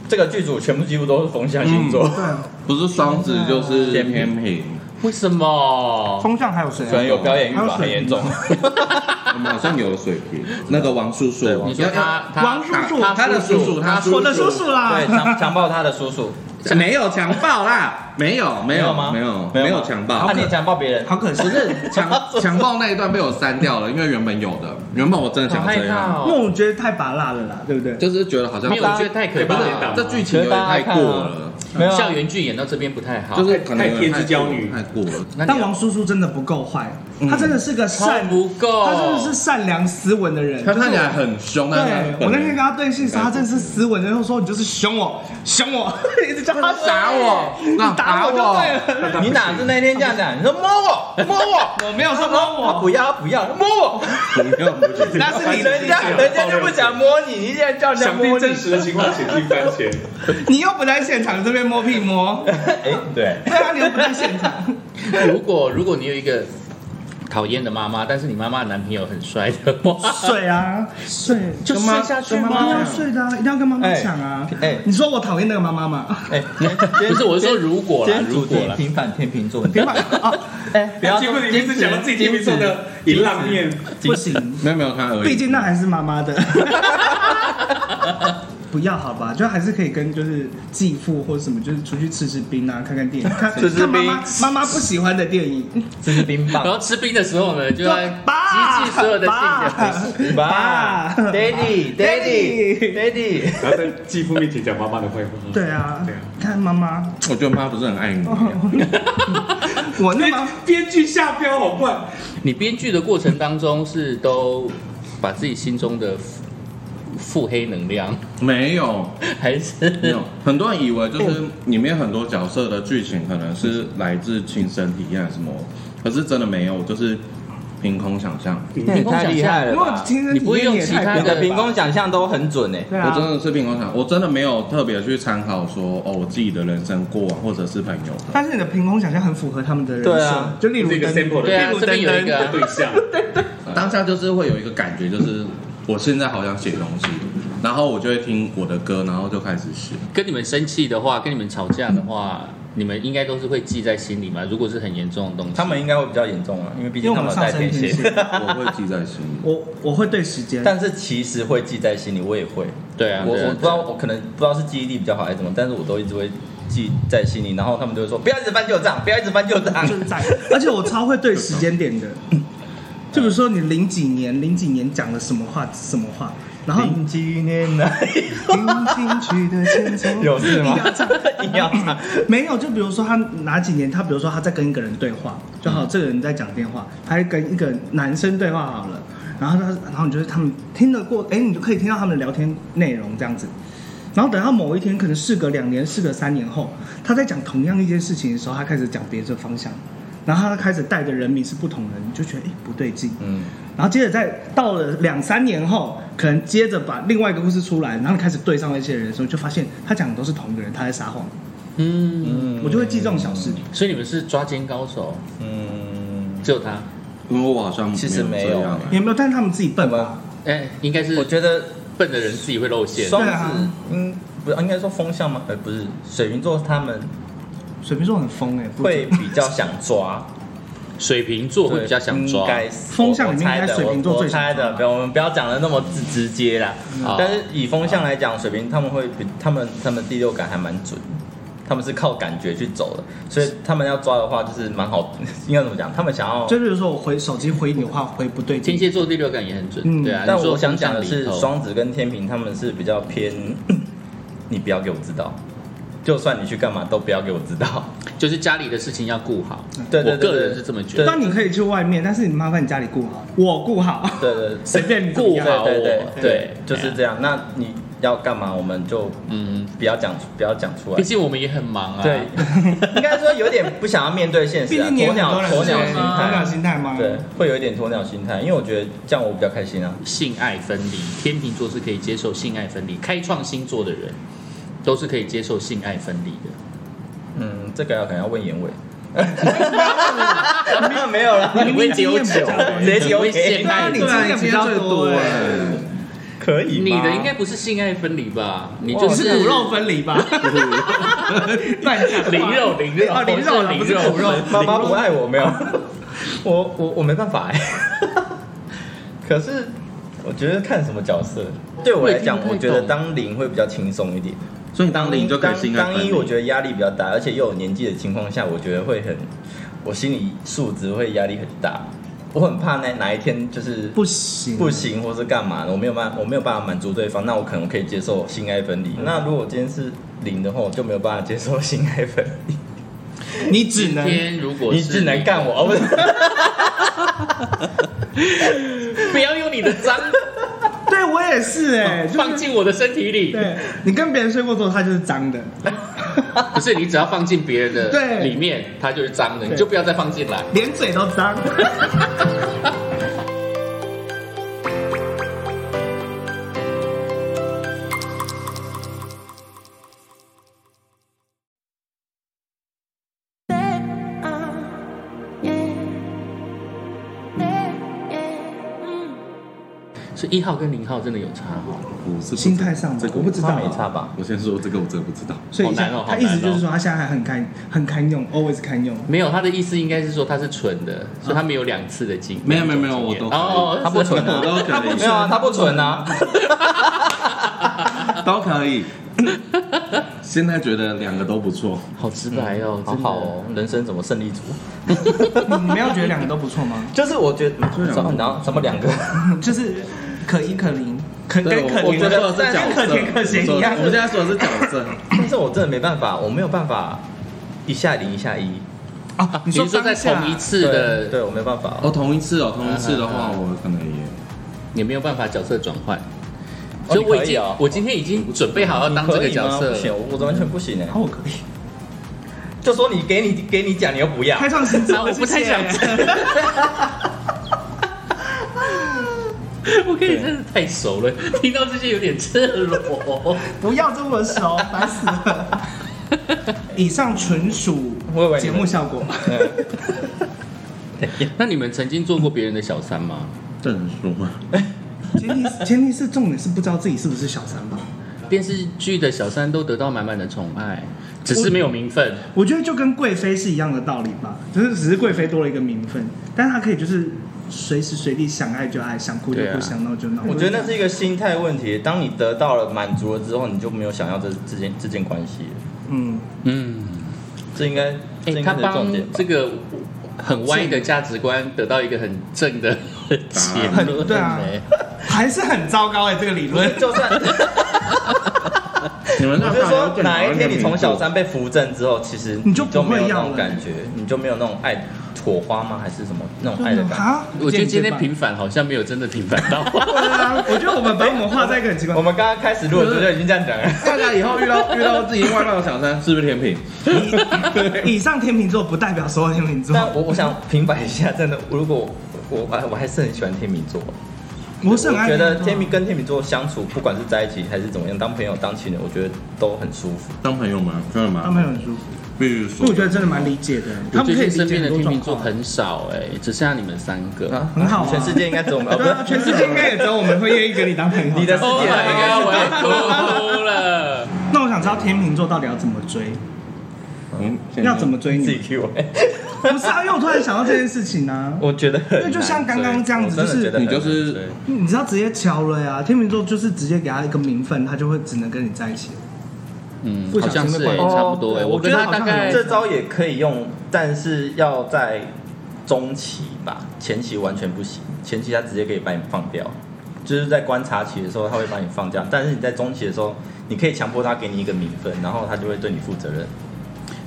Speaker 2: 这个剧组全部几乎都是风象星座，
Speaker 5: 对，
Speaker 1: 不是双子就是
Speaker 2: 天
Speaker 1: 天
Speaker 2: 平
Speaker 1: 平，
Speaker 3: 为什么？
Speaker 5: 风向还有谁
Speaker 2: 可能
Speaker 5: 啊？
Speaker 2: 有表演欲
Speaker 5: 还有
Speaker 2: 吧，
Speaker 5: 水
Speaker 2: 很严重。
Speaker 1: 我们好像有水平。那个王叔叔，
Speaker 3: 你说他他
Speaker 5: 王叔叔
Speaker 1: 他的叔叔，他叔
Speaker 5: 我的叔叔啦
Speaker 2: 对，，强强暴他的叔叔，
Speaker 1: 没有强暴啦，没有没有
Speaker 2: 吗？
Speaker 1: 没有
Speaker 2: 没
Speaker 1: 没
Speaker 2: 有
Speaker 1: 有
Speaker 2: 吗
Speaker 1: 强
Speaker 2: 那
Speaker 1: 暴，
Speaker 2: 你强暴别人，
Speaker 5: 好可惜
Speaker 1: 不。是强强暴那一段被我删掉了，因为原本有的，原本我真的想
Speaker 3: 好
Speaker 1: 要
Speaker 3: 害
Speaker 1: 这
Speaker 3: 怕
Speaker 1: 样，
Speaker 5: 因为
Speaker 3: 哦！
Speaker 5: 我觉得太拔辣了啦，对不对？
Speaker 1: 就是觉得好像
Speaker 3: 没有，我觉得太可怕
Speaker 4: 也不
Speaker 5: 啊
Speaker 3: 了
Speaker 4: 是。
Speaker 1: 这剧情有点太过了，
Speaker 2: 没有啊
Speaker 3: 校园剧演到这边不太好，
Speaker 1: 就是可能有
Speaker 4: 太
Speaker 1: 点
Speaker 4: 天之骄女
Speaker 1: 太过了。
Speaker 3: 那你要
Speaker 5: 但王叔叔真的不够坏，他真的是个
Speaker 3: 超
Speaker 5: 善，
Speaker 3: 不够，
Speaker 5: 他真的是善良斯文的人。
Speaker 1: 他看起来很凶，但是他
Speaker 5: 对，我那天跟他对戏的时候，他真的是斯文，然后说你就是凶我，凶我， 一直叫他
Speaker 1: 打我，
Speaker 5: 你
Speaker 1: 那
Speaker 5: 打我就对了。
Speaker 2: 你哪是那天这样讲？你说摸我，摸我，
Speaker 5: 我没有说摸
Speaker 2: 他
Speaker 5: 我，
Speaker 2: 不要，他不要，他摸我。
Speaker 1: 不要不要
Speaker 5: 那是你
Speaker 2: 人
Speaker 5: 的，
Speaker 2: 家人家就不想摸你，你竟然叫人家
Speaker 4: 想
Speaker 2: 摸
Speaker 4: 必
Speaker 2: 你。
Speaker 4: 真实的情况，请听番茄。
Speaker 5: 你又不在现场，这边摸屁摸。
Speaker 2: 哎，对，
Speaker 5: 对啊，你又不在现场，
Speaker 3: 如果如果你有一个讨厌的妈妈，但是你妈妈的男朋友很帅的话，
Speaker 5: 睡啊睡，
Speaker 3: 就
Speaker 1: 跟妈
Speaker 3: 睡下去
Speaker 1: 跟妈妈
Speaker 5: 要
Speaker 3: 吗？
Speaker 5: 睡的啊，一定要跟妈妈抢啊。
Speaker 2: 哎
Speaker 5: 你说我讨厌那个妈妈吗？
Speaker 2: 哎，
Speaker 3: 不是，我是说如果
Speaker 2: 今
Speaker 3: 啦，
Speaker 2: 天
Speaker 3: 如
Speaker 2: 主
Speaker 3: 果
Speaker 2: 题
Speaker 3: 啦，
Speaker 2: 平反天秤座，
Speaker 5: 别把啊，
Speaker 2: 哎，不要
Speaker 4: 结果你一直讲到自己
Speaker 2: 天
Speaker 4: 天秤座的淫浪面，
Speaker 5: 不行，
Speaker 1: 没有没有看而已，
Speaker 5: 毕竟那还是妈妈的。 不要好吧，就还是可以跟就是继父或者什么，就是出去吃吃冰啊，看看电影，看
Speaker 2: 吃吃
Speaker 5: 看妈妈
Speaker 2: 冰
Speaker 5: 妈妈不喜欢的电影。
Speaker 2: 这是冰
Speaker 3: 然
Speaker 2: 棒。
Speaker 3: 后吃冰的时候呢，就要
Speaker 5: 爸，
Speaker 3: 集啊聚所有的性
Speaker 5: 爸
Speaker 3: 格。
Speaker 2: 爸，Daddy，Daddy，Daddy，
Speaker 4: 然后在继父面前讲妈妈的坏话。
Speaker 5: 对啊
Speaker 4: 对啊，
Speaker 5: 看妈妈，
Speaker 1: 我觉得妈不是很爱你，
Speaker 5: 我那
Speaker 4: 编
Speaker 5: 妈
Speaker 4: 编剧下标好不好？
Speaker 3: 你编剧的过程当中是都把自己心中的腹腹黑能量，
Speaker 1: 没有
Speaker 3: 还
Speaker 1: 没
Speaker 3: 是啊
Speaker 1: 有，很多人以为就是里面很多角色的剧情可能是来自亲身体验啊什么，可是真的没有，就是凭空想象，
Speaker 2: 那你太厉害了
Speaker 5: 如果
Speaker 2: 吧！
Speaker 5: 亲身
Speaker 3: 你不会
Speaker 5: 体验也
Speaker 3: 用其
Speaker 5: 太
Speaker 3: 他
Speaker 2: 你
Speaker 5: 表
Speaker 2: 的凭空想象都很准诶。
Speaker 5: 对
Speaker 1: 我
Speaker 5: 啊
Speaker 1: 真，的是凭空想，我真的没有特别去参考说哦我自己的人生过往或者是朋友的，
Speaker 5: 但是你的凭空想象很符合他们的人
Speaker 2: 对啊
Speaker 5: 设，就例如
Speaker 4: 这个
Speaker 5: 灯
Speaker 4: sample
Speaker 3: 对
Speaker 4: 的
Speaker 3: 啊，这边有一个啊
Speaker 4: 对象，
Speaker 1: 当下就是会有一个感觉，就是我现在好想写东西，然后我就会听我的歌，然后就开始写。
Speaker 3: 跟你们生气的话，跟你们吵架的话，你们应该都是会记在心里嘛。如果是很严重的东西，
Speaker 2: 他们应该会比较严重啊，因为毕竟他们有带天
Speaker 5: 因为我们
Speaker 2: 蝎。
Speaker 1: 我会记在心 里。
Speaker 5: 我我会对时间，
Speaker 2: 但是其实会记在心里，我也会。
Speaker 3: 对啊，
Speaker 2: 我
Speaker 3: 对啊
Speaker 2: 我不知道，我可能不知道是记忆力比较好还是怎么，但是我都一直会记在心里。然后他们就会说：“不要一直翻旧账，不要一直翻旧账。
Speaker 5: 就是在，而且我超会对时间点的。就比如说你零几年、零几年讲了什么话、什么话，然后
Speaker 2: 零几年 来，
Speaker 5: 听进去的前奏
Speaker 2: 有事吗
Speaker 5: 一定要唱
Speaker 2: 硬要唱，
Speaker 5: 没有，就比如说他哪几年，他比如说他在跟一个人对话，就好，这个人在讲电话，他在跟一个男生对话好了，然后他，然后你就是他们听得过，哎，你就可以听到他们的聊天内容这样子。然后等到某一天，可能事隔两年、事隔三年后，他在讲同样一件事情的时候，他开始讲别的方向，然后他开始带的人名是不同人，你就觉得哎不对劲，
Speaker 2: 嗯，
Speaker 5: 然后接着再到了两三年后，可能接着把另外一个故事出来，然后你开始对上那些人的时候，就发现他讲的都是同一个人，他在撒谎。
Speaker 3: 嗯，
Speaker 5: 我就会记这种小事。
Speaker 3: 所以你们是抓奸高手，
Speaker 2: 嗯，
Speaker 3: 只有他。
Speaker 1: 因为我好像
Speaker 2: 其实
Speaker 1: 没
Speaker 2: 没有
Speaker 1: 这样
Speaker 5: 也没有，但是他们自己笨吧？
Speaker 3: 哎，应该是
Speaker 2: 我觉得
Speaker 3: 笨的人自己会露馅。
Speaker 2: 双
Speaker 5: 对
Speaker 2: 子
Speaker 5: 啊，
Speaker 2: 嗯，不，应该说风象吗？呃，不是，水瓶座他们
Speaker 5: 水瓶座很疯哎、不
Speaker 2: 会比较想抓，
Speaker 3: 水瓶座会比较想抓
Speaker 2: 应，该是
Speaker 5: 风象里面应该水瓶座
Speaker 2: 我
Speaker 5: 最
Speaker 2: 我
Speaker 5: 想抓
Speaker 2: 猜的，不要，我们不要讲的那么直直接啦。
Speaker 3: 好
Speaker 2: 但是以风象来讲，水瓶他们会比他们他们第六感还蛮准的，他们是靠感觉去走的，所以他们要抓的话就是蛮好，应该怎么讲？他们想要
Speaker 5: 就比如说我回手机回你的话回不对
Speaker 3: 天
Speaker 5: 劲，
Speaker 3: 蝎座第六感也很准。
Speaker 5: 嗯
Speaker 3: 对啊，
Speaker 2: 但
Speaker 3: 你说
Speaker 2: 我想讲的
Speaker 3: 风
Speaker 2: 是
Speaker 3: 向，里头
Speaker 2: 双子跟天平他们是比较偏， 你不要给我知道，就算你去干嘛都不要给我知道。
Speaker 3: 就是家里的事情要顾好。
Speaker 5: 嗯
Speaker 2: 对对对
Speaker 3: 嗯我个
Speaker 2: 对
Speaker 3: 人是这么觉
Speaker 2: 对
Speaker 3: 得。
Speaker 5: 但你可以去外面，但是你麻烦你家里顾好，我顾好，
Speaker 2: 对对对
Speaker 5: 随便你怎么
Speaker 3: 顾
Speaker 5: 样
Speaker 3: 好
Speaker 2: 对对对
Speaker 3: 我对
Speaker 2: 就是这样。那你要干嘛，我们就
Speaker 3: 嗯，
Speaker 2: 不要讲，不要讲出来
Speaker 3: 毕。竟我们也很忙啊。
Speaker 2: 对， 应该说有点不想要面对现
Speaker 5: 毕
Speaker 2: 实、啊，
Speaker 5: 竟你也
Speaker 2: 鸵
Speaker 5: 很
Speaker 2: 鸟
Speaker 5: 多人
Speaker 2: 鸵
Speaker 5: 是
Speaker 2: 鸟
Speaker 5: 鸵
Speaker 2: 心
Speaker 5: 鸟
Speaker 2: 态，
Speaker 5: 心态吗？
Speaker 2: 对，会有一点鸵鸟心态，因为我觉得这样我比较开心啊。
Speaker 3: 性爱分离，天秤座是可以接受性爱分离，开创星座的人都是可以接受性爱分离的。
Speaker 2: 嗯，这个要可能要问严伟。没有了，
Speaker 5: 你明明经验比较多
Speaker 2: 直接丢
Speaker 3: 你会
Speaker 2: 给
Speaker 3: 陷
Speaker 5: 对
Speaker 2: 你
Speaker 3: 害
Speaker 5: 啊，你经验比较多哎、
Speaker 1: 欸
Speaker 2: 可以吗
Speaker 3: 你的应该不是性爱分离吧？你
Speaker 5: 哦你
Speaker 3: 就是
Speaker 5: 骨肉分 离吧？乱讲话
Speaker 3: 零肉零肉
Speaker 5: 哦，零肉啦
Speaker 3: 零
Speaker 5: 不是
Speaker 3: 肉
Speaker 5: 骨肉。
Speaker 2: 妈妈不爱我没有，我我我没办法哎。 可是我觉得看什么角色，对我来讲
Speaker 3: 我，也
Speaker 2: 我
Speaker 3: 听不太
Speaker 2: 觉得
Speaker 3: 懂
Speaker 2: 当零会比较轻松一点。
Speaker 1: 所以你当零就可以
Speaker 2: 当
Speaker 1: 心安
Speaker 2: 当
Speaker 1: 分
Speaker 2: 一，我觉
Speaker 1: 得
Speaker 2: 得压力比较大，而且又有年纪的情况下，我觉得会很，我心理素质会压力很大。我很怕那哪一天就是
Speaker 5: 不行
Speaker 2: 不行，或是干嘛的，我没有办法，我没有办法满足对方，那我可能可以接受性爱分离。
Speaker 5: 嗯
Speaker 2: 那如果今天是零的话，我就没有办法接受性爱分离，
Speaker 5: 你只
Speaker 3: 今
Speaker 5: 能
Speaker 3: 天如果
Speaker 2: 你
Speaker 3: 是
Speaker 2: 只能干我，哦不是。
Speaker 3: 不要用你的脏
Speaker 5: 对我也是哎、就是
Speaker 3: 放进我的身体里。
Speaker 5: 对你跟别人睡过之后，他就是脏的。
Speaker 3: 不是，你只要放进别人的
Speaker 5: 对
Speaker 3: 里面，它就是脏的，你
Speaker 5: 对
Speaker 3: 就不要再放进来。
Speaker 5: 连嘴都脏。
Speaker 3: 所以一号跟零号真的有差哦。
Speaker 1: 我是
Speaker 5: 心态上吗
Speaker 1: 这个
Speaker 5: 我不知道啊
Speaker 2: 没差吧？
Speaker 1: 我先说这个我真的不知道，
Speaker 5: 所以
Speaker 3: 好难哦
Speaker 5: 他
Speaker 3: 好难哦
Speaker 5: 意思就是说，他现在还很堪很堪用，always 堪用。
Speaker 3: 没有，他的意思应该是说他是纯的，
Speaker 2: 啊
Speaker 3: 所以他没有两次的经
Speaker 1: 没有没有没有
Speaker 3: 经验
Speaker 1: 我都
Speaker 3: 哦，
Speaker 2: 他不纯
Speaker 1: 我
Speaker 2: 啊
Speaker 1: 都
Speaker 5: 他
Speaker 1: 可
Speaker 5: 不
Speaker 2: 没有啊，他不纯啊。
Speaker 1: 以，都可以。现在觉得两个都不错，
Speaker 3: 好直白哦，
Speaker 2: 好
Speaker 3: 真的
Speaker 2: 好哦，人生怎么胜利组？
Speaker 5: 你你没有觉得两个都不错吗？
Speaker 2: 就是我觉得，
Speaker 1: 就两个
Speaker 2: 然后怎么两个？
Speaker 5: 就是可一可零，可
Speaker 1: 对，
Speaker 5: 跟
Speaker 1: 我
Speaker 5: 可
Speaker 1: 我
Speaker 5: 零
Speaker 1: 觉
Speaker 5: 的
Speaker 1: 得是角色，
Speaker 5: 跟可甜可咸一样
Speaker 1: 我。们现在说的是角色，
Speaker 2: 但是我真的没办法，我没有办法一下零一下一。
Speaker 5: 啊，
Speaker 3: 你
Speaker 5: 说
Speaker 3: 是说在
Speaker 5: 当下
Speaker 3: 同一次的，
Speaker 2: 对我没办法。
Speaker 1: 哦，同一次哦，同一次的话，
Speaker 3: 嗯
Speaker 1: 我可能也
Speaker 3: 也没有办法角色转换，
Speaker 2: 哦
Speaker 3: 所以我
Speaker 2: 你
Speaker 3: 已
Speaker 2: 可以
Speaker 3: 经
Speaker 2: 哦
Speaker 3: 我今天已经准备好要啊当这个角
Speaker 2: 可以吗不行，
Speaker 3: 色，
Speaker 2: 我我完全不行哎、
Speaker 5: 啊，我可以
Speaker 2: 就说你给你给你讲，你又不要。
Speaker 5: 开创新
Speaker 3: 啊
Speaker 5: 招，
Speaker 3: 我不太
Speaker 5: 谢谢
Speaker 3: 想讲 我跟你真是太熟了，听到这些有点赤 裸。
Speaker 5: 不要这么熟，烦死了。以上纯属
Speaker 2: 我以为你
Speaker 5: 节目效果，
Speaker 2: 嗯
Speaker 3: 那你们曾经做过别人的小三吗？
Speaker 1: 这能说吗？
Speaker 5: 前提前提是重点是不知道自己是不是小三吧？
Speaker 3: 电视剧的小三都得到满满的宠爱，只是没有名分。
Speaker 5: 我觉得就跟贵妃是一样的道理吧，就是只是贵妃多了一个名分，但是她可以就是随时随地想爱就爱，想哭就
Speaker 3: 对啊
Speaker 5: 哭，想闹就闹。
Speaker 2: 我觉得那是一个心态问题。当你得到了满足了之后，你就没有想要这这件这件关系了。
Speaker 5: 嗯，
Speaker 3: 嗯，
Speaker 2: 这应该，这
Speaker 3: 哎、
Speaker 2: 应
Speaker 3: 他
Speaker 2: 该是
Speaker 3: 帮
Speaker 2: 重点吧。
Speaker 3: 这个很歪的价值观得到一个很正的结
Speaker 1: 答
Speaker 3: 论。
Speaker 5: 对啊
Speaker 3: 哎
Speaker 5: 还是很糟糕哎、这个理 论。
Speaker 2: 就 算
Speaker 1: 你们那
Speaker 2: 我就
Speaker 1: 法
Speaker 2: 说
Speaker 1: 律
Speaker 2: 哪一天你从小
Speaker 1: 三
Speaker 2: 三被扶正之后，其实
Speaker 5: 你就不
Speaker 2: 就没
Speaker 5: 会
Speaker 2: 有那
Speaker 5: 要
Speaker 2: 种
Speaker 5: 了
Speaker 2: 感觉，你就没有那种爱火花吗？还是什么那种爱的感觉？
Speaker 5: 啊，
Speaker 3: 我觉得今天
Speaker 5: 平，
Speaker 3: 平反好像没有真的平反 到。
Speaker 5: 啊， 我觉得我们把我们画在一个很奇怪
Speaker 2: 我。们刚刚开始录的时候就已经这样讲了。
Speaker 1: 大家以后遇 到遇到自己外貌的小三，是不是天平？
Speaker 5: 以上天秤座不代表所有天秤座，
Speaker 2: 但我我想平反一下，真的，如果我我我还是很喜欢天秤座，
Speaker 5: 我是很爱
Speaker 2: 觉得
Speaker 5: 秤座
Speaker 2: 天秤跟天秤座相处，不管是在一起还是怎么样，当朋友当情人，我觉得都很舒服。
Speaker 1: 当朋友吗？真的吗？
Speaker 5: 他们很舒服，
Speaker 1: 必须
Speaker 5: 所
Speaker 1: 说
Speaker 5: 以我觉得真的蛮理解的，他
Speaker 3: 我最
Speaker 5: 们可以
Speaker 3: 近
Speaker 5: 理
Speaker 3: 身
Speaker 5: 解
Speaker 3: 边的
Speaker 5: 多
Speaker 3: 天
Speaker 5: 状
Speaker 3: 秤座
Speaker 5: 况。
Speaker 3: 很少哎、只剩下你们三个。
Speaker 1: 啊
Speaker 5: 很好啊
Speaker 2: 全世界应该只有我们，
Speaker 5: 对啊，全世界应该也只有我们会愿意跟你当朋友。
Speaker 2: 你的世
Speaker 3: 哦，
Speaker 2: 界
Speaker 3: 应该我要哭了。
Speaker 5: 那我想知道天秤座到底要怎么追，
Speaker 1: 嗯，
Speaker 5: 要怎么追
Speaker 2: 自己
Speaker 5: 你？
Speaker 2: Q 哎，
Speaker 5: 不是啊，因为我突然想到这件事情啊，
Speaker 2: 我觉得很
Speaker 5: 因为就
Speaker 2: 难
Speaker 5: 像刚刚这样子
Speaker 2: 追我真的觉得
Speaker 1: 你就
Speaker 2: 很难
Speaker 1: 是
Speaker 2: 追
Speaker 5: 你知道直接敲了呀。天秤座就是直接给他一个名分，他就会只能跟你在一起。
Speaker 3: 嗯，
Speaker 5: 不
Speaker 3: 好
Speaker 5: 小心
Speaker 3: 像是
Speaker 5: 会
Speaker 3: 欸
Speaker 5: 挂
Speaker 3: 差不多哎，
Speaker 5: 哦
Speaker 3: 我
Speaker 5: 我
Speaker 3: 跟
Speaker 5: 觉得
Speaker 3: 他
Speaker 5: 好
Speaker 3: 大
Speaker 5: 像
Speaker 3: 概
Speaker 5: 很
Speaker 2: 这招也可以用，但是要在中期吧，前期完全不行。前期他直接可以把你放掉，就是在观察期的时候他会把你放掉，但是你在中期的时候，你可以强迫他给你一个名分，然后他就会对你负责任。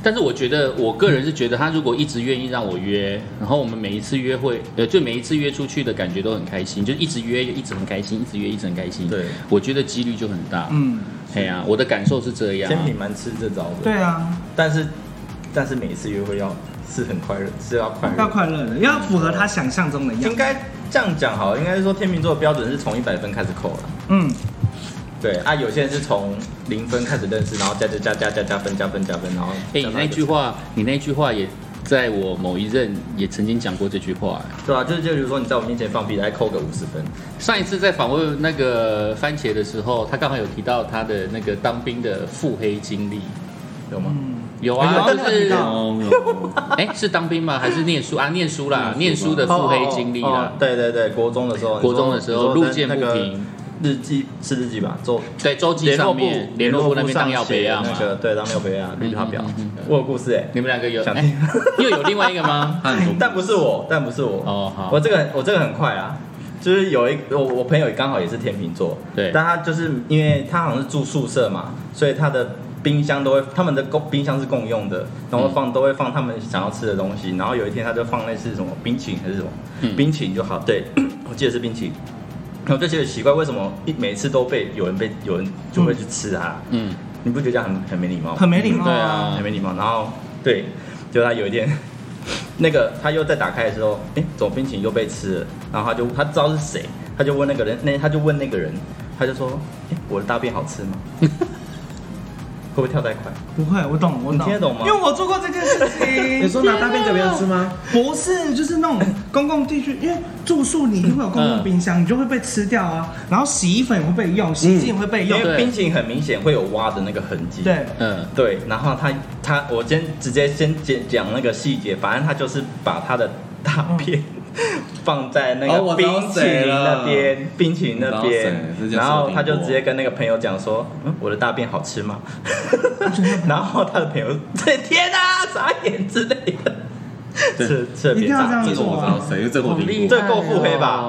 Speaker 3: 但是我觉得，我个人是觉得，他如果一直愿意让我约，然后我们每一次约会，呃，就每一次约出去的感觉都很开心，就一直约，一直很开心，一直约，一直很开心。
Speaker 2: 对，
Speaker 3: 我觉得几率就很大。
Speaker 5: 嗯，
Speaker 3: 哎呀，我的感受是这样啊
Speaker 2: 天。平蛮吃这招的，
Speaker 5: 对，啊，
Speaker 2: 但是但是每一次约会要是很快乐，是要快乐，
Speaker 5: 要快乐的，要符合他想象中的样
Speaker 2: 应
Speaker 5: 子。
Speaker 2: 该这样讲好了，应该是说天秤座的标准是从一百分开始扣了。
Speaker 5: 嗯，
Speaker 2: 对啊，有些人是从零分开始认识，然后加加加加加加分加分加分，然后加
Speaker 3: 哎，你
Speaker 2: 到
Speaker 3: 那
Speaker 2: 一个
Speaker 3: 句话，你那句话也在我某一任也曾经讲过这句话。欸
Speaker 2: 对啊，就是就比如说你在我面前放屁，还扣个五十分，
Speaker 3: 上一次在访问那个番茄的时候，他刚好有提到他的那个当兵的腹黑经历，
Speaker 2: 有吗？
Speaker 3: 有啊，
Speaker 5: 嗯哎有
Speaker 3: 就
Speaker 5: 有提
Speaker 3: 是
Speaker 5: 到
Speaker 1: 哦，
Speaker 3: 哎，是当兵吗？还是念书啊？念书啦，念书的腹黑经历
Speaker 2: 哦哦哦。
Speaker 3: 啦
Speaker 2: 对对对，国中的时候，
Speaker 3: 国中的时候
Speaker 2: 你说
Speaker 3: 路见不平，
Speaker 2: 你说在那个日记是日记吧？周
Speaker 3: 对，周记上面联络部那边
Speaker 2: 上
Speaker 3: 当要
Speaker 2: 写
Speaker 3: 北啊
Speaker 2: 的
Speaker 3: 嘛
Speaker 2: 那。个对，当要北啊，绿茶婊
Speaker 3: 嗯嗯嗯，
Speaker 2: 我有故事哎，
Speaker 3: 你们两个有
Speaker 2: 想
Speaker 3: 哎
Speaker 2: 听，
Speaker 3: 又有另外一个 吗？
Speaker 1: 他很多
Speaker 2: 哎但不是我，但不是我。
Speaker 3: 哦好
Speaker 2: 我这个我这个很快啊，就是有一我我朋友刚好也是天秤座，
Speaker 3: 对
Speaker 2: 但他就是因为他好像是住宿舍嘛，所以他的冰箱都会，他们的共冰箱是共用的，然后放、都会放他们想要吃的东西，然后有一天他就放类似什么冰淇淋还是什么、
Speaker 3: 嗯
Speaker 2: 冰淇淋就好，对我记得是冰淇淋。然后我就觉得奇怪，为什么一每次都被有人被有人就会去吃它？
Speaker 3: 嗯，
Speaker 2: 你不觉得这样很很没礼貌吗？
Speaker 5: 很没礼貌
Speaker 3: 对
Speaker 5: 啊。
Speaker 3: 啊
Speaker 2: 很，没礼貌。然后对，就他有一天， 那个他又在打开的时候，哎，怎么冰淇淋又被吃了？然后他就他知道是谁，他就问那个人，那他就问那个人，他就说，哎，我的大便好吃吗？ 会不会跳太快？
Speaker 5: 不会，我懂，我
Speaker 2: 你
Speaker 5: 懂，
Speaker 2: 听得懂吗
Speaker 5: 因为我做过这件事 情。
Speaker 1: 你说拿大便给别人吃吗？
Speaker 5: 不是，就是那种公共地区，因为住宿你一定会有公共冰箱，你就会被吃掉啊。然后洗衣粉也会被
Speaker 1: 嗯
Speaker 5: 用，洗衣精也会被
Speaker 2: 因
Speaker 5: 用。
Speaker 2: 为冰淇淋很明显会有挖的那个痕迹。
Speaker 5: 哎对，
Speaker 3: 嗯，
Speaker 2: 对，然后他他我先直接先讲讲那个细节，反正他就是把他的大便、 放在那
Speaker 1: 哦
Speaker 2: 个
Speaker 1: 我知道
Speaker 2: 冰淇淋那边，冰淇淋那边
Speaker 1: 我知道谁这件事我听，过
Speaker 2: 然后他就直接跟那个朋友讲说：“嗯，我的大便好吃吗？”然后他的朋友对天啊，傻眼之类的，
Speaker 1: 对
Speaker 2: 吃吃了
Speaker 5: 一定
Speaker 2: 别
Speaker 5: 要
Speaker 2: 炸
Speaker 5: 这样
Speaker 1: 这个我知道谁，这个我
Speaker 3: 好厉
Speaker 1: 听过，
Speaker 3: 害，
Speaker 2: 这够腹黑吧？哦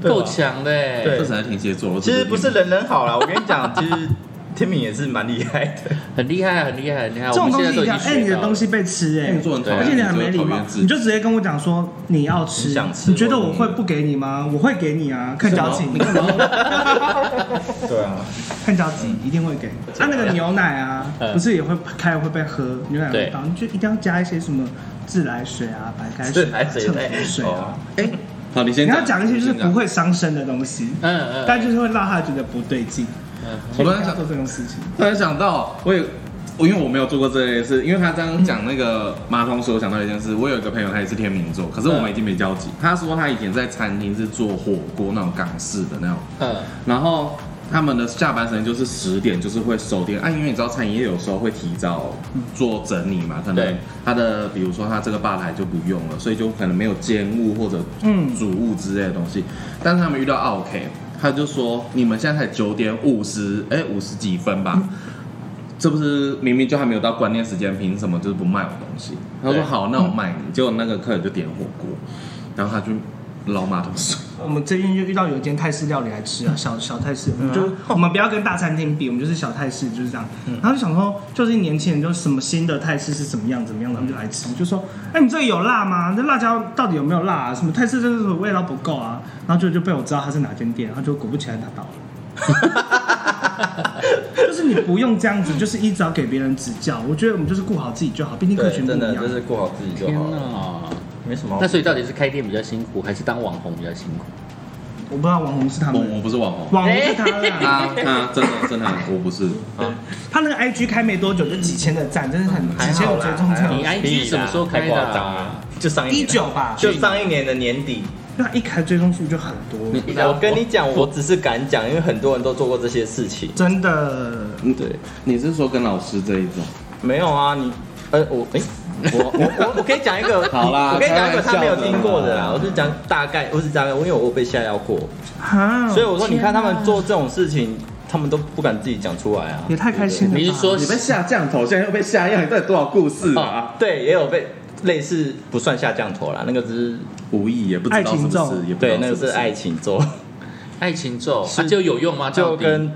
Speaker 2: 对吧
Speaker 3: 够强哎嘞。
Speaker 1: 这
Speaker 2: 对
Speaker 1: 才是天蝎座。我
Speaker 2: 其
Speaker 1: 只
Speaker 2: 实不是人人好啦，我跟你讲，其实天明也是蛮厉害的。
Speaker 3: 很厉害，很厉害，很厉害。
Speaker 5: 这种
Speaker 3: 啊我
Speaker 5: 东
Speaker 3: 们现
Speaker 5: 西
Speaker 3: 在都
Speaker 5: 一
Speaker 3: 已经
Speaker 5: 定要，哎，你
Speaker 3: 学
Speaker 5: 的
Speaker 3: 到了
Speaker 5: 东西被吃，哎，
Speaker 1: 天蝎座很讨厌，
Speaker 5: 而且你很没礼
Speaker 1: 讨
Speaker 5: 貌
Speaker 1: 厌，自
Speaker 5: 你
Speaker 1: 己
Speaker 5: 就直接跟我讲说你要吃，
Speaker 2: 你想吃
Speaker 5: 你觉得我
Speaker 2: 我
Speaker 5: 会不给你吗？我会给你啊，看交情，
Speaker 2: 对啊，
Speaker 5: 看交情一定会给。啊，那个牛奶啊，
Speaker 3: 嗯
Speaker 5: 不是也会开会被喝牛奶味
Speaker 3: 对
Speaker 5: 道，你就一定要加一些什么自来水啊、白开水
Speaker 2: 这
Speaker 5: 啊、
Speaker 2: 还谁
Speaker 5: 橙
Speaker 2: 在
Speaker 5: 汁水
Speaker 2: 哦。
Speaker 5: 啊
Speaker 1: 好，你先
Speaker 5: 你要讲一些就是不
Speaker 1: 会。
Speaker 5: 会伤身的东西，
Speaker 3: 嗯嗯，
Speaker 5: 但就是会让他觉得不对劲。
Speaker 1: 我
Speaker 5: 不
Speaker 1: 刚才
Speaker 5: 要
Speaker 1: 想
Speaker 5: 做这种事情，
Speaker 1: 突然想到，我有，我因为我没有做过这类事，因为他刚刚讲那个马桶水，我想到一件事，我有一个朋友他也是天秤座，可是我们已经没交集。他说他以前在餐厅是做火锅那种港式的那种，
Speaker 3: 嗯，
Speaker 1: 然 后他们的下班时间就是十点，就是会收店。啊，因为你知道餐饮业有时候会提早做整理嘛，可能
Speaker 3: 对
Speaker 1: 他的比如说他这个吧台就不用了，所以就可能没有煎物或者
Speaker 5: 嗯
Speaker 1: 煮物之类的东西。但是他们遇到 OK，他就说你们现在才九点五十，哎五十几分吧。这不是明明就还没有到关键时间，凭什么就是不卖我东西？他说
Speaker 3: 对
Speaker 1: 好，那我卖你。结果那个客人就点火锅，然后他就老马桶水。
Speaker 5: 我们最近就遇到有一间泰式料理来吃
Speaker 2: 嗯
Speaker 5: 啊，小小泰式，我们就、我们不要跟大餐厅比，我们就是小泰式就是这样。
Speaker 2: 嗯
Speaker 5: 然后就想说，就是年轻人，就是什么新的泰式是怎么样怎么样，然后就来吃，就说，哎、你这个有辣吗？这辣椒到底有没有辣啊？什么泰式这个味道不够啊？然后就就被我知道它是哪间店，然后就果不其然它倒了。就是你不用这 样子，就是一直要给别人指教。我觉得我们就是顾好自己就好，毕竟客
Speaker 2: 对，
Speaker 5: 群不
Speaker 2: 真
Speaker 5: 一
Speaker 2: 的
Speaker 5: 样。
Speaker 2: 就是顾好自己就
Speaker 3: 天
Speaker 2: 好了，
Speaker 3: 哪！
Speaker 2: 没什么好。
Speaker 3: 那所以到底是开店比较辛苦，还是当网红比较辛苦？
Speaker 5: 我不知道网红是他
Speaker 1: 我
Speaker 5: 们，
Speaker 2: 哦
Speaker 1: 我不是网 红，
Speaker 5: 网红是他啦。
Speaker 2: 哎
Speaker 1: 他他真的真的我不是，
Speaker 5: 他那个 IG 开没多久就几千的赞，真的很
Speaker 2: 嗯还
Speaker 5: 几千
Speaker 2: 好
Speaker 5: 有
Speaker 2: 啦
Speaker 5: 追踪这
Speaker 2: 还好
Speaker 3: 你
Speaker 5: 样，
Speaker 2: 屁
Speaker 3: IG
Speaker 2: 啦
Speaker 3: 什么时候开的、
Speaker 2: 太夸张
Speaker 3: 啊
Speaker 2: 了？就上一年
Speaker 5: 一九吧，
Speaker 2: 就上一年的年底。
Speaker 5: 那一开追踪数就很多，
Speaker 3: 你
Speaker 2: 我跟你讲，我只是敢讲，因为很多人都做过这些事情。
Speaker 5: 真的。
Speaker 1: 嗯，对，你是说跟老师这一种？
Speaker 2: 没有啊，你，呃，我，哎、我我我我可以讲一个，
Speaker 1: 好啦
Speaker 2: 我可以讲一个
Speaker 1: 开玩笑
Speaker 2: 他没有听过的
Speaker 1: 的
Speaker 2: 啦
Speaker 1: 啦，
Speaker 2: 我是讲大概，我是大概，因为我有被吓到过，
Speaker 5: 哈
Speaker 2: 所以我说你看他们
Speaker 5: 天
Speaker 2: 做这种事情，他们都不敢自己讲出来啊
Speaker 5: 哪。也太开心了吧。
Speaker 3: 你是说
Speaker 1: 你被下降头，现在又被下药，你到底多少故事啊？
Speaker 2: 对，也有被类似不算下降头啦，那个只是
Speaker 1: 无意也不知道是不
Speaker 5: 爱情
Speaker 1: 是
Speaker 5: 咒，
Speaker 1: 也不知道
Speaker 2: 对，那个是
Speaker 1: 不
Speaker 2: 爱 情咒，
Speaker 3: 爱情咒，
Speaker 2: 是
Speaker 3: 啊就有用吗？
Speaker 2: 就
Speaker 3: 到底
Speaker 2: 跟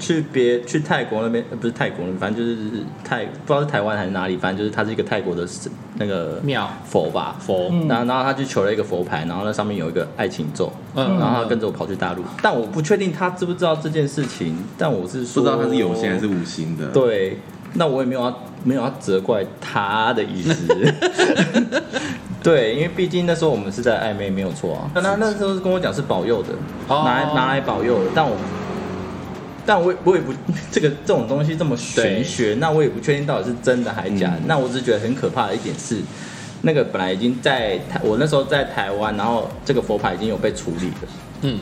Speaker 2: 去别去泰国那边，呃不是泰国那边，反正就是泰，不知道是台湾还是哪里，反正就是他是一个泰国的神那个
Speaker 3: 庙
Speaker 2: 佛吧，
Speaker 3: 佛，
Speaker 5: 嗯
Speaker 2: 然后然后他去求了一个佛牌，然后那上面有一个爱情咒，
Speaker 3: 嗯
Speaker 2: 然后他跟着我跑去大陆，但我不确定他知不知道这件事情，但我是
Speaker 1: 不
Speaker 2: 说
Speaker 1: 知道他是有心还是无心的。，
Speaker 2: 对，那我也没有要没有要责怪他的意 思。对，因为毕竟那时候我们是在暧昧，没有错啊。但他那时候跟我讲是保佑的，
Speaker 3: 哦
Speaker 2: 拿来拿来保佑的，但我。但我也我也不 这个这种东西这么玄学，那我也不确定到底是真的还是假的。
Speaker 1: 嗯
Speaker 2: 那我只是觉得很可怕的一点是，那个本来已经在台，我那时候在台湾，然后这个佛牌已经有被处理了，
Speaker 3: 嗯，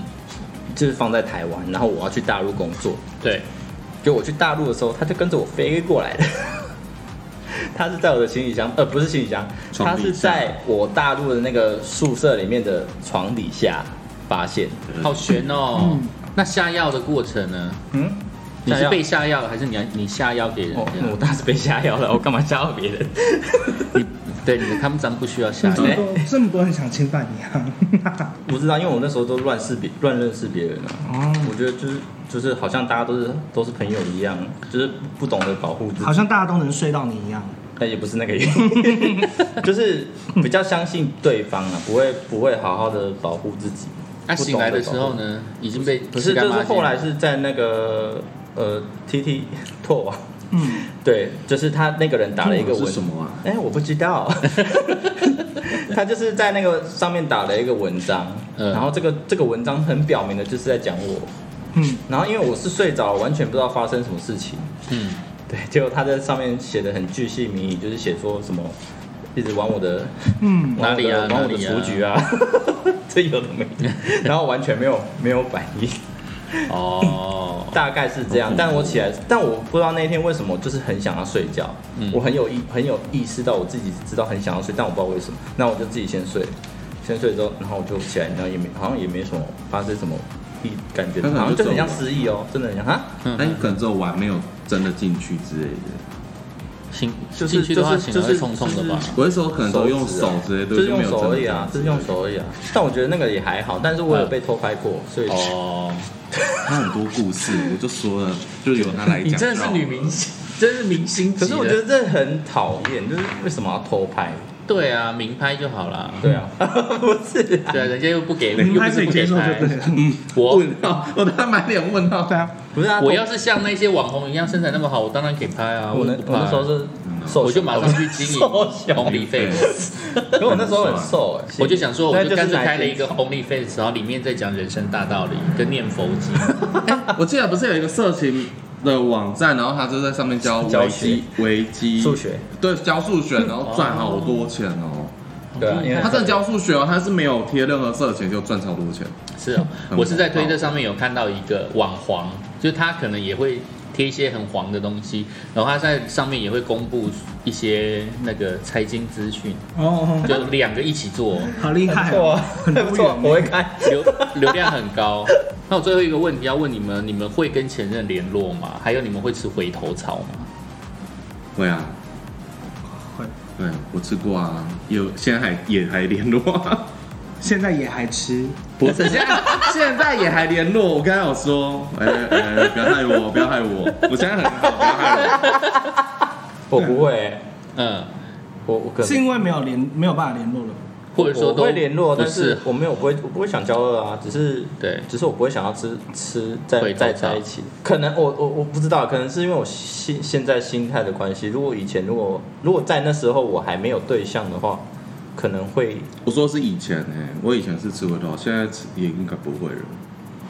Speaker 2: 就是放在台湾，然后我要去大陆工作，
Speaker 3: 对，
Speaker 2: 就我去大陆的时候，他就跟着我飞过来的。 他是在我的行李箱，呃，不是行李箱，他
Speaker 1: 床底下
Speaker 2: 是在我大陆的那个宿舍里面的床底下发现。
Speaker 3: 好悬哦。那下药的过程呢？
Speaker 2: 嗯，
Speaker 3: 你
Speaker 2: 下
Speaker 3: 是
Speaker 2: 药
Speaker 3: 被下药，还是你你下药给人
Speaker 2: 哦，我
Speaker 3: 家？
Speaker 2: 当然是被吓药了，我干嘛吓到别人？
Speaker 3: 你对你的他们咱不需要下
Speaker 5: 这
Speaker 3: 药
Speaker 5: 么。多这么多人想侵犯你啊？
Speaker 2: 不知道，因为我那时候都乱识别、乱认识别人啊。
Speaker 5: 哦
Speaker 2: 我觉得就是就是好像大家都是都是朋友一样，就是不懂得保护自己
Speaker 5: 好。像大家都能睡到你一样。
Speaker 2: 但也不是那个原因， 就是比较相信对方啊，不会不会好好的保护自己。
Speaker 3: 那
Speaker 2: 不懂
Speaker 3: 醒来的时候
Speaker 2: 保护？
Speaker 3: 呢，已经被
Speaker 2: 不是，
Speaker 3: 干
Speaker 2: 就
Speaker 3: 嘛
Speaker 2: 是后来是在那个呃 T T 拓网，
Speaker 5: 嗯，
Speaker 2: 对，就是他那个人打了一个
Speaker 1: 是
Speaker 2: 文
Speaker 1: 什么啊？
Speaker 2: 哎、我不知道， 他就是在那个上面打了一个文章，
Speaker 3: 嗯
Speaker 2: 然后这个这个文章很表明的就是在讲我，
Speaker 5: 嗯，
Speaker 2: 然后因为我是睡着了，完全不知道发生什么事情，
Speaker 3: 嗯，
Speaker 2: 对，结果他在上面写的很巨细靡遗，就是写说什么一直玩我的，
Speaker 5: 嗯
Speaker 3: 哪里啊
Speaker 2: 玩我的
Speaker 3: 哪里啊
Speaker 2: 雏菊啊， 这有的没的，然后完全没有没有反应，
Speaker 3: 哦，
Speaker 2: 大概是这样。但我起来，但我不知道那天为什么，就是很想要睡觉，
Speaker 3: 嗯
Speaker 2: 我很有意很有意识到我自己知道很想要睡，但我不知道为什么，那我就自己先睡，先睡之后，然后我就起来，然后也没好像也没什么发生什么异感觉，
Speaker 1: 那可能
Speaker 2: 好像就很像
Speaker 1: 就走
Speaker 2: 失忆哦，真的很像啊。
Speaker 3: 嗯
Speaker 1: 那你可能只有玩没有真的进去之类的。
Speaker 3: 醒
Speaker 2: 就是
Speaker 3: 进去的话，
Speaker 2: 就是
Speaker 3: 醒来会
Speaker 2: 就是
Speaker 3: 冲冲的吧？
Speaker 1: 我是说可能都用手之类的，
Speaker 2: 就是用
Speaker 1: 没有真
Speaker 2: 手
Speaker 1: 的
Speaker 2: 而已啊，就是用手而已啊。但我觉得那个也还好，但是我有被偷拍过，所以
Speaker 3: 哦，
Speaker 1: 他很多故 事，我就说了，就由他来讲。
Speaker 3: 你真的是女明星，真是明星级
Speaker 2: 可
Speaker 3: 的。
Speaker 2: 是我觉得这很讨厌，就是为什么要偷拍？
Speaker 3: 对啊，明拍就好啦。
Speaker 2: 对啊， 不是啊，
Speaker 3: 对啊，人家又不给，
Speaker 5: 你
Speaker 3: 又
Speaker 5: 拍
Speaker 3: 不
Speaker 5: 可
Speaker 3: 是
Speaker 5: 以
Speaker 3: 不
Speaker 5: 接
Speaker 3: 给
Speaker 5: 受
Speaker 3: 拍
Speaker 5: 就。对了。
Speaker 1: 嗯，
Speaker 3: 我
Speaker 1: 问号， 我他满脸问号。
Speaker 5: 对啊，
Speaker 2: 不是啊，
Speaker 3: 我要是像那些网红一样身材那么好，我当然可以拍啊。
Speaker 2: 我
Speaker 3: 那
Speaker 2: 那我那时候是瘦小，
Speaker 3: 嗯我就马上去经
Speaker 2: 瘦小
Speaker 3: 营红利费。
Speaker 2: 因为我那时候很瘦，哎
Speaker 3: 我就想说，我
Speaker 2: 但
Speaker 3: 就是干脆
Speaker 2: 来
Speaker 3: 开了一个 OnlyFans，然后里面在讲人生大道理跟念佛 经。
Speaker 1: 我记得不是有一个色情的网站，然后他就在上面教
Speaker 2: 教
Speaker 1: 维
Speaker 2: 学
Speaker 1: 基、维基
Speaker 2: 数，学，
Speaker 1: 对，教数学，然后赚好多钱哦。
Speaker 2: 对啊，因为
Speaker 1: 他真的教数学哦，他是没有贴任何色情就赚超多钱。
Speaker 3: 是哦，我是在推特上面有看到一个网黄，就是他可能也会贴一些很黄的东西，然后他在上面也会公布一些那个财经 资讯，
Speaker 5: 哦，
Speaker 3: 就两个一起做，
Speaker 5: 好厉
Speaker 2: 很
Speaker 5: 害
Speaker 2: 不错
Speaker 5: 哦
Speaker 2: 啊，，
Speaker 5: 很
Speaker 2: 很不错，
Speaker 5: 多元
Speaker 2: 我会
Speaker 5: 耶。
Speaker 2: 开。
Speaker 3: 流流量很 高。那我最后一个问题要问你们：你们会跟前任联络吗？还有你们会吃回头草吗？
Speaker 1: 会啊，
Speaker 5: 会
Speaker 1: 对，我吃过啊，有现在还也还联络啊。
Speaker 5: 现在也还吃，
Speaker 1: 不是，现在现在也还联络。我刚才有说，哎、哎、不要害我，不要害我，我现在很好，不要害我。
Speaker 2: 我不会，欸
Speaker 3: 嗯，
Speaker 2: 我我可
Speaker 5: 是
Speaker 2: 能
Speaker 5: 因为没有联没有办法联络了。
Speaker 3: 或者说
Speaker 2: 我
Speaker 3: 都
Speaker 2: 会联络，
Speaker 3: 不
Speaker 2: 但
Speaker 3: 是
Speaker 2: 是我没有，我不会，我不会想交恶啊，只是
Speaker 3: 对
Speaker 2: 只是我不会想要吃吃
Speaker 3: 回
Speaker 2: 在在
Speaker 3: 头草
Speaker 2: 在一起。可能我我我不知道，可能是因为我现现在心态的关系。如果以前如果如果在那时候我还没有对象的话，可能会
Speaker 1: 我说是以前哎、我以前是吃回头，现在吃也应该不会了。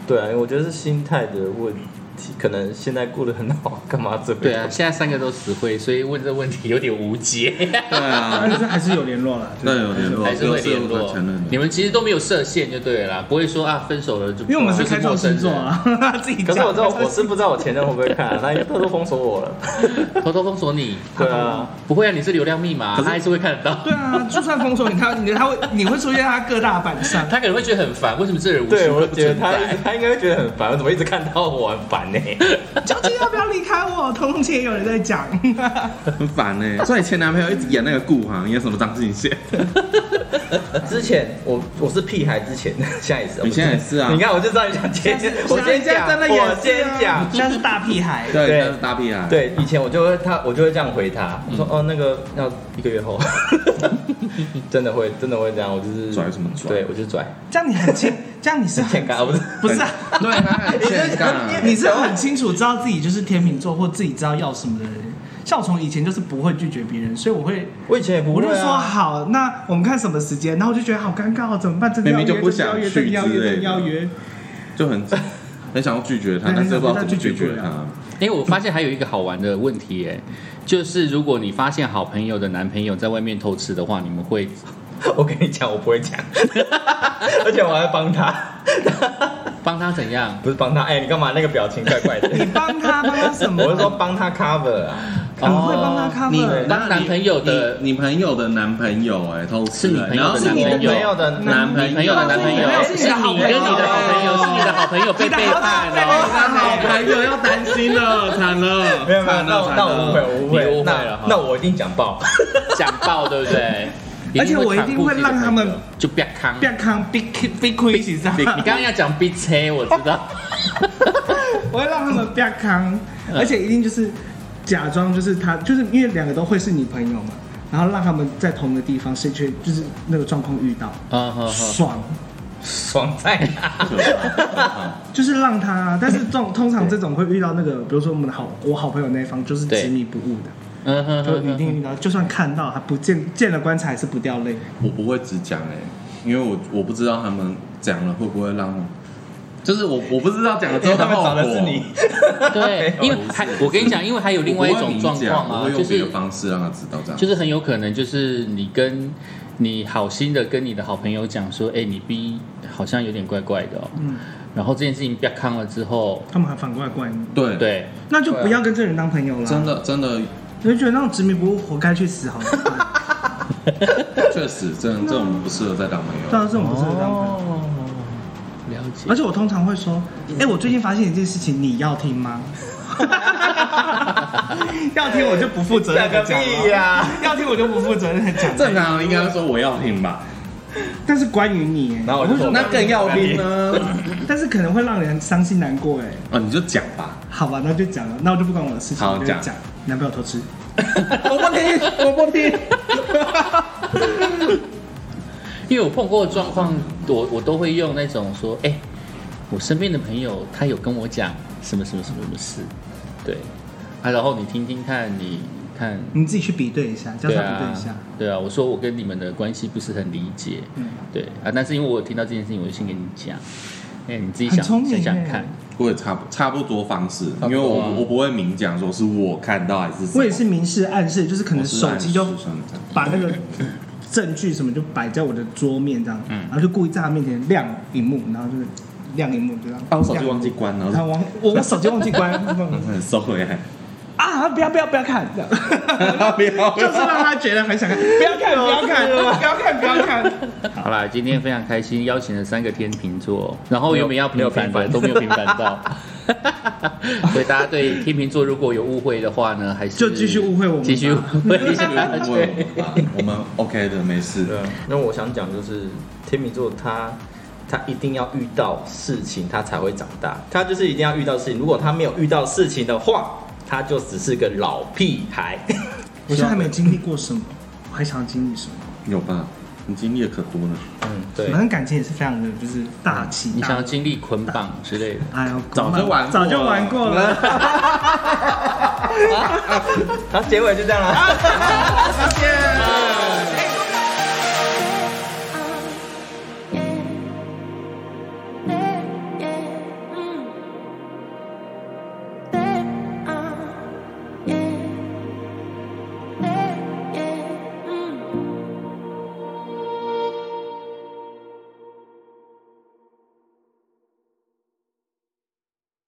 Speaker 2: 对啊，我觉得是心态的问题，可能现在过得很好， 干嘛这回
Speaker 3: 对啊，现在三个都死会，所以问这问题有点无解，
Speaker 1: 对啊，
Speaker 5: 但是还是有联络了，
Speaker 1: 那有联络，
Speaker 3: 还是会联
Speaker 1: 就是我
Speaker 3: 络
Speaker 1: 的前任。。
Speaker 3: 你们其实都没有设限就对了啦，不会说啊分手了就
Speaker 5: 因为我们是开
Speaker 3: 就
Speaker 5: 创
Speaker 3: 陌生人
Speaker 5: 星座，啊， 自己
Speaker 2: 可
Speaker 5: 讲。
Speaker 2: 是我知道，我是不知道我前任会不会看、啊，他他都封锁我了。
Speaker 3: 偷偷封锁你，
Speaker 2: 对啊，
Speaker 3: 不会啊，你是流量密码，
Speaker 1: 可是
Speaker 3: 他还是会看得到。
Speaker 5: 对啊，就算封锁你，他你他会你会出现在他各大版上。
Speaker 3: 他可能会觉得很烦，为什么这人无时
Speaker 2: 对，
Speaker 3: 无
Speaker 2: 我
Speaker 3: 刻不
Speaker 2: 觉得
Speaker 3: 存
Speaker 2: 他
Speaker 3: 在？
Speaker 2: 他应该会觉得很烦，我怎么一直看到我很烦呢、
Speaker 5: 究竟要不要离开 我？彤彤姐也有人在讲，
Speaker 1: 很烦呢、所以前男朋友一直演那个顾航，演什么张敬 轩？
Speaker 2: 之前我我是屁孩，之前 现在也是，
Speaker 1: 你现在也是啊
Speaker 2: 你看我就知道你想接，我先
Speaker 5: 现在
Speaker 2: 讲，
Speaker 5: 啊真的也
Speaker 2: 我先讲。
Speaker 5: 现在是大屁孩。
Speaker 1: 对，
Speaker 2: 对
Speaker 1: 他是大屁啊。，
Speaker 2: 对，以前我就会他，我就会这样回他，我说哦，那个要一个月后， 真的会，真的会这样，我就是
Speaker 1: 拽什么拽
Speaker 2: 对我就拽，
Speaker 5: 这样你很清， 这样你是
Speaker 2: 欠
Speaker 5: 很
Speaker 2: 干，啊不是，
Speaker 5: 不是啊？
Speaker 1: 对他 很欠干。
Speaker 5: 你是很清楚知道自己就是天秤座或自己知道要什么的人。像我从以前就是不会拒绝别人，所以我会
Speaker 2: 我以前也不
Speaker 5: 我
Speaker 2: 会
Speaker 5: 就说
Speaker 2: 啊，
Speaker 5: 好，那我们看什么时间，然后我就觉得好尴尬，哦，怎么办？这个
Speaker 1: 明明就
Speaker 5: 要约
Speaker 1: 不想
Speaker 5: 这个要约
Speaker 1: 去之类的
Speaker 5: 这个要约这个要约，
Speaker 1: 就很很想要拒绝他，
Speaker 5: 对
Speaker 1: 但是又不知道
Speaker 5: 很
Speaker 1: 怎
Speaker 5: 想
Speaker 1: 么
Speaker 5: 拒
Speaker 1: 拒
Speaker 5: 绝
Speaker 2: 啊
Speaker 1: 绝
Speaker 5: 不
Speaker 1: 他
Speaker 5: 了。
Speaker 3: 哎、我发现还有一个好玩的问题、哎，就是如果你发现好朋友的男朋友在外面偷吃的话，你们会
Speaker 2: 我跟你讲，我不会讲， 而且我还帮他，
Speaker 3: 帮他怎样？
Speaker 2: 不是帮他，哎，你干嘛那个表情怪怪的？
Speaker 5: 你帮他帮他什么？
Speaker 2: 我是说帮他 cover 啊，
Speaker 5: 你会帮他
Speaker 1: 你
Speaker 5: cover，
Speaker 3: 当男朋友的
Speaker 1: 你你朋友的男朋友哎，偷吃
Speaker 3: 是你
Speaker 1: 哎
Speaker 3: 朋友
Speaker 1: 然后
Speaker 3: 的
Speaker 1: 是你
Speaker 3: 男
Speaker 2: 朋友的
Speaker 1: 男朋
Speaker 3: 你朋友的男朋友
Speaker 5: 哦，
Speaker 3: 是
Speaker 5: 是
Speaker 3: 你
Speaker 5: 你
Speaker 3: 跟你
Speaker 5: 的好
Speaker 3: 的
Speaker 5: 朋友
Speaker 3: 好朋友，是你的好朋友被背叛哦
Speaker 1: 他
Speaker 3: 了。
Speaker 1: 的好朋友要担心了，惨了，
Speaker 2: 没有没有，
Speaker 1: 惨
Speaker 2: 那
Speaker 1: 了
Speaker 2: 我
Speaker 1: 惨
Speaker 2: 那我误会，
Speaker 1: 了。
Speaker 2: 我误会，
Speaker 3: 你误会
Speaker 2: 那
Speaker 3: 了哈
Speaker 2: 那我一定讲爆，
Speaker 3: 讲爆对不对？
Speaker 5: 而且我一定会让他们
Speaker 3: 就不要康。
Speaker 5: 不要康 big big quiz 这
Speaker 1: 别
Speaker 3: 你
Speaker 5: 样，
Speaker 3: 刚刚要讲 B 车，我知 道。
Speaker 5: 我会让他们不要康，
Speaker 3: 嗯
Speaker 5: 而且一定就是假装就是他，就是因为两个都会是你朋友嘛，然后让他们在同一个地方，是去就是那个状况遇到，
Speaker 3: 嗯哼哼，
Speaker 5: 爽，
Speaker 2: 爽在哪？
Speaker 5: 就是让他，但是这种通常这种会遇到那个，比如说我们的好我好朋友那一方就是
Speaker 3: 对
Speaker 5: 执迷不悟的，
Speaker 3: 嗯哼
Speaker 5: 就
Speaker 3: 哼
Speaker 5: 一
Speaker 3: 哼
Speaker 5: 定遇到，就算看到还不见见了棺材还是不掉泪，
Speaker 1: 我不会只讲哎，因为我我不知道他们讲了会不会让，就是我我不知道讲了之
Speaker 2: 因
Speaker 1: 后
Speaker 2: 哎为他们
Speaker 1: 后
Speaker 2: 找的是
Speaker 1: 果
Speaker 2: 你，
Speaker 3: 对，因为还我跟你讲，因为还有另外一种状况
Speaker 1: 我
Speaker 3: 啊，
Speaker 1: 会
Speaker 3: 就
Speaker 1: 用别
Speaker 3: 是
Speaker 1: 的方式让他知道这样。
Speaker 3: 就是很有可能就是你跟你好心的跟你的好朋友讲说，哎、你 B 好像有点怪怪的哦。
Speaker 5: 嗯，
Speaker 3: 然后这件事情被康了之后，
Speaker 5: 他们还反过来怪你，
Speaker 1: 对，
Speaker 3: 对，啊
Speaker 5: 那就不要跟这个人当朋友了，
Speaker 1: 真，的真的
Speaker 5: 我就觉得那种执迷不悟活该去死好了。
Speaker 1: 确实，这这种不适合再当朋
Speaker 5: 对
Speaker 1: 友。
Speaker 5: 啊，这种不是很当朋友。
Speaker 3: 了解
Speaker 5: 而。且我通常会说，哎、我最近发现一件事情，你要听吗？要听我就不负责任的
Speaker 2: 个
Speaker 5: 讲
Speaker 2: 屁
Speaker 5: 了，
Speaker 2: 呀！
Speaker 5: 要听我就不负责任的讲了。
Speaker 1: 正常应该说我要听吧，
Speaker 5: 但是关于你，哎
Speaker 2: 然后我就说，
Speaker 1: 那更要听呢。
Speaker 5: 但是可能会让人伤心难过，哎，
Speaker 1: 啊，你就讲吧。
Speaker 5: 好吧，那就讲了，那我就不管我的事情，
Speaker 1: 好
Speaker 5: 我就
Speaker 1: 讲
Speaker 5: 讲男朋友偷吃，
Speaker 1: 我不听，我不听。
Speaker 3: 因为我碰过的状况，我我都会用那种说，哎、我身边的朋友他有跟我讲什么什么什么什么事，对，啊，然后你听听看，你看，
Speaker 5: 你自己去比对一下，叫
Speaker 3: 对
Speaker 5: 他比对
Speaker 3: 啊
Speaker 5: 一下。，
Speaker 3: 对啊，我说我跟你们的关系不是很理解，
Speaker 5: 嗯，
Speaker 3: 对啊，但是因为我有听到这件事情，我就先跟你讲，哎、你自己想
Speaker 5: 很聪明
Speaker 3: 想想
Speaker 5: 欸
Speaker 3: 看，
Speaker 1: 我也差不差不多方式，
Speaker 3: 差不多啊
Speaker 1: 因为我我不会明讲说是我看到还是什么
Speaker 5: 我也是，明示暗示，就是可能
Speaker 1: 我是
Speaker 5: 手机就
Speaker 1: 按时算账
Speaker 5: 把那个证据什么就摆在我的桌面这样，
Speaker 3: 嗯
Speaker 5: 然后就故意在他面前亮荧幕，然后就是亮荧幕就这样。
Speaker 1: 啊，我手机忘记关
Speaker 5: 然
Speaker 1: 了，嗯
Speaker 5: 后我我手机忘记关，
Speaker 1: 我很收回来。
Speaker 5: 啊，不要不要不要看，这样
Speaker 1: 不要
Speaker 5: 就是让他觉得很想看， 不要看不要看 不要看不要看，
Speaker 3: 好啦，今天非常开心，邀请了三个天秤座，然后原本要
Speaker 2: 没有
Speaker 3: 平反
Speaker 2: 没
Speaker 3: 的
Speaker 2: 有平反
Speaker 3: 都没有平反到， 所以大家对天秤座如果有误会的话呢，还是
Speaker 5: 就继续误会我们吧
Speaker 3: 继续误会
Speaker 1: 继续误 会我们吧，我们 OK 的，没事
Speaker 2: 对
Speaker 1: 的。
Speaker 2: 啊，那我想讲就是天秤座他。他一定要遇到事情，他才会长大。他就是一定要遇到事情，如果他没有遇到事情的话，他就只是个老屁孩。
Speaker 5: 我现在还没经历过什么，我还想要经历什么。
Speaker 1: 有吧？你经历的可多了。
Speaker 2: 嗯，对
Speaker 5: 反，正感情也是非常的，就是大起
Speaker 3: 你想
Speaker 5: 大
Speaker 3: 要经历捆绑之类的，
Speaker 5: 哎呦，
Speaker 1: 早就玩过了
Speaker 5: 早就玩过了。
Speaker 2: 好，结尾就这样了。
Speaker 5: 谢谢。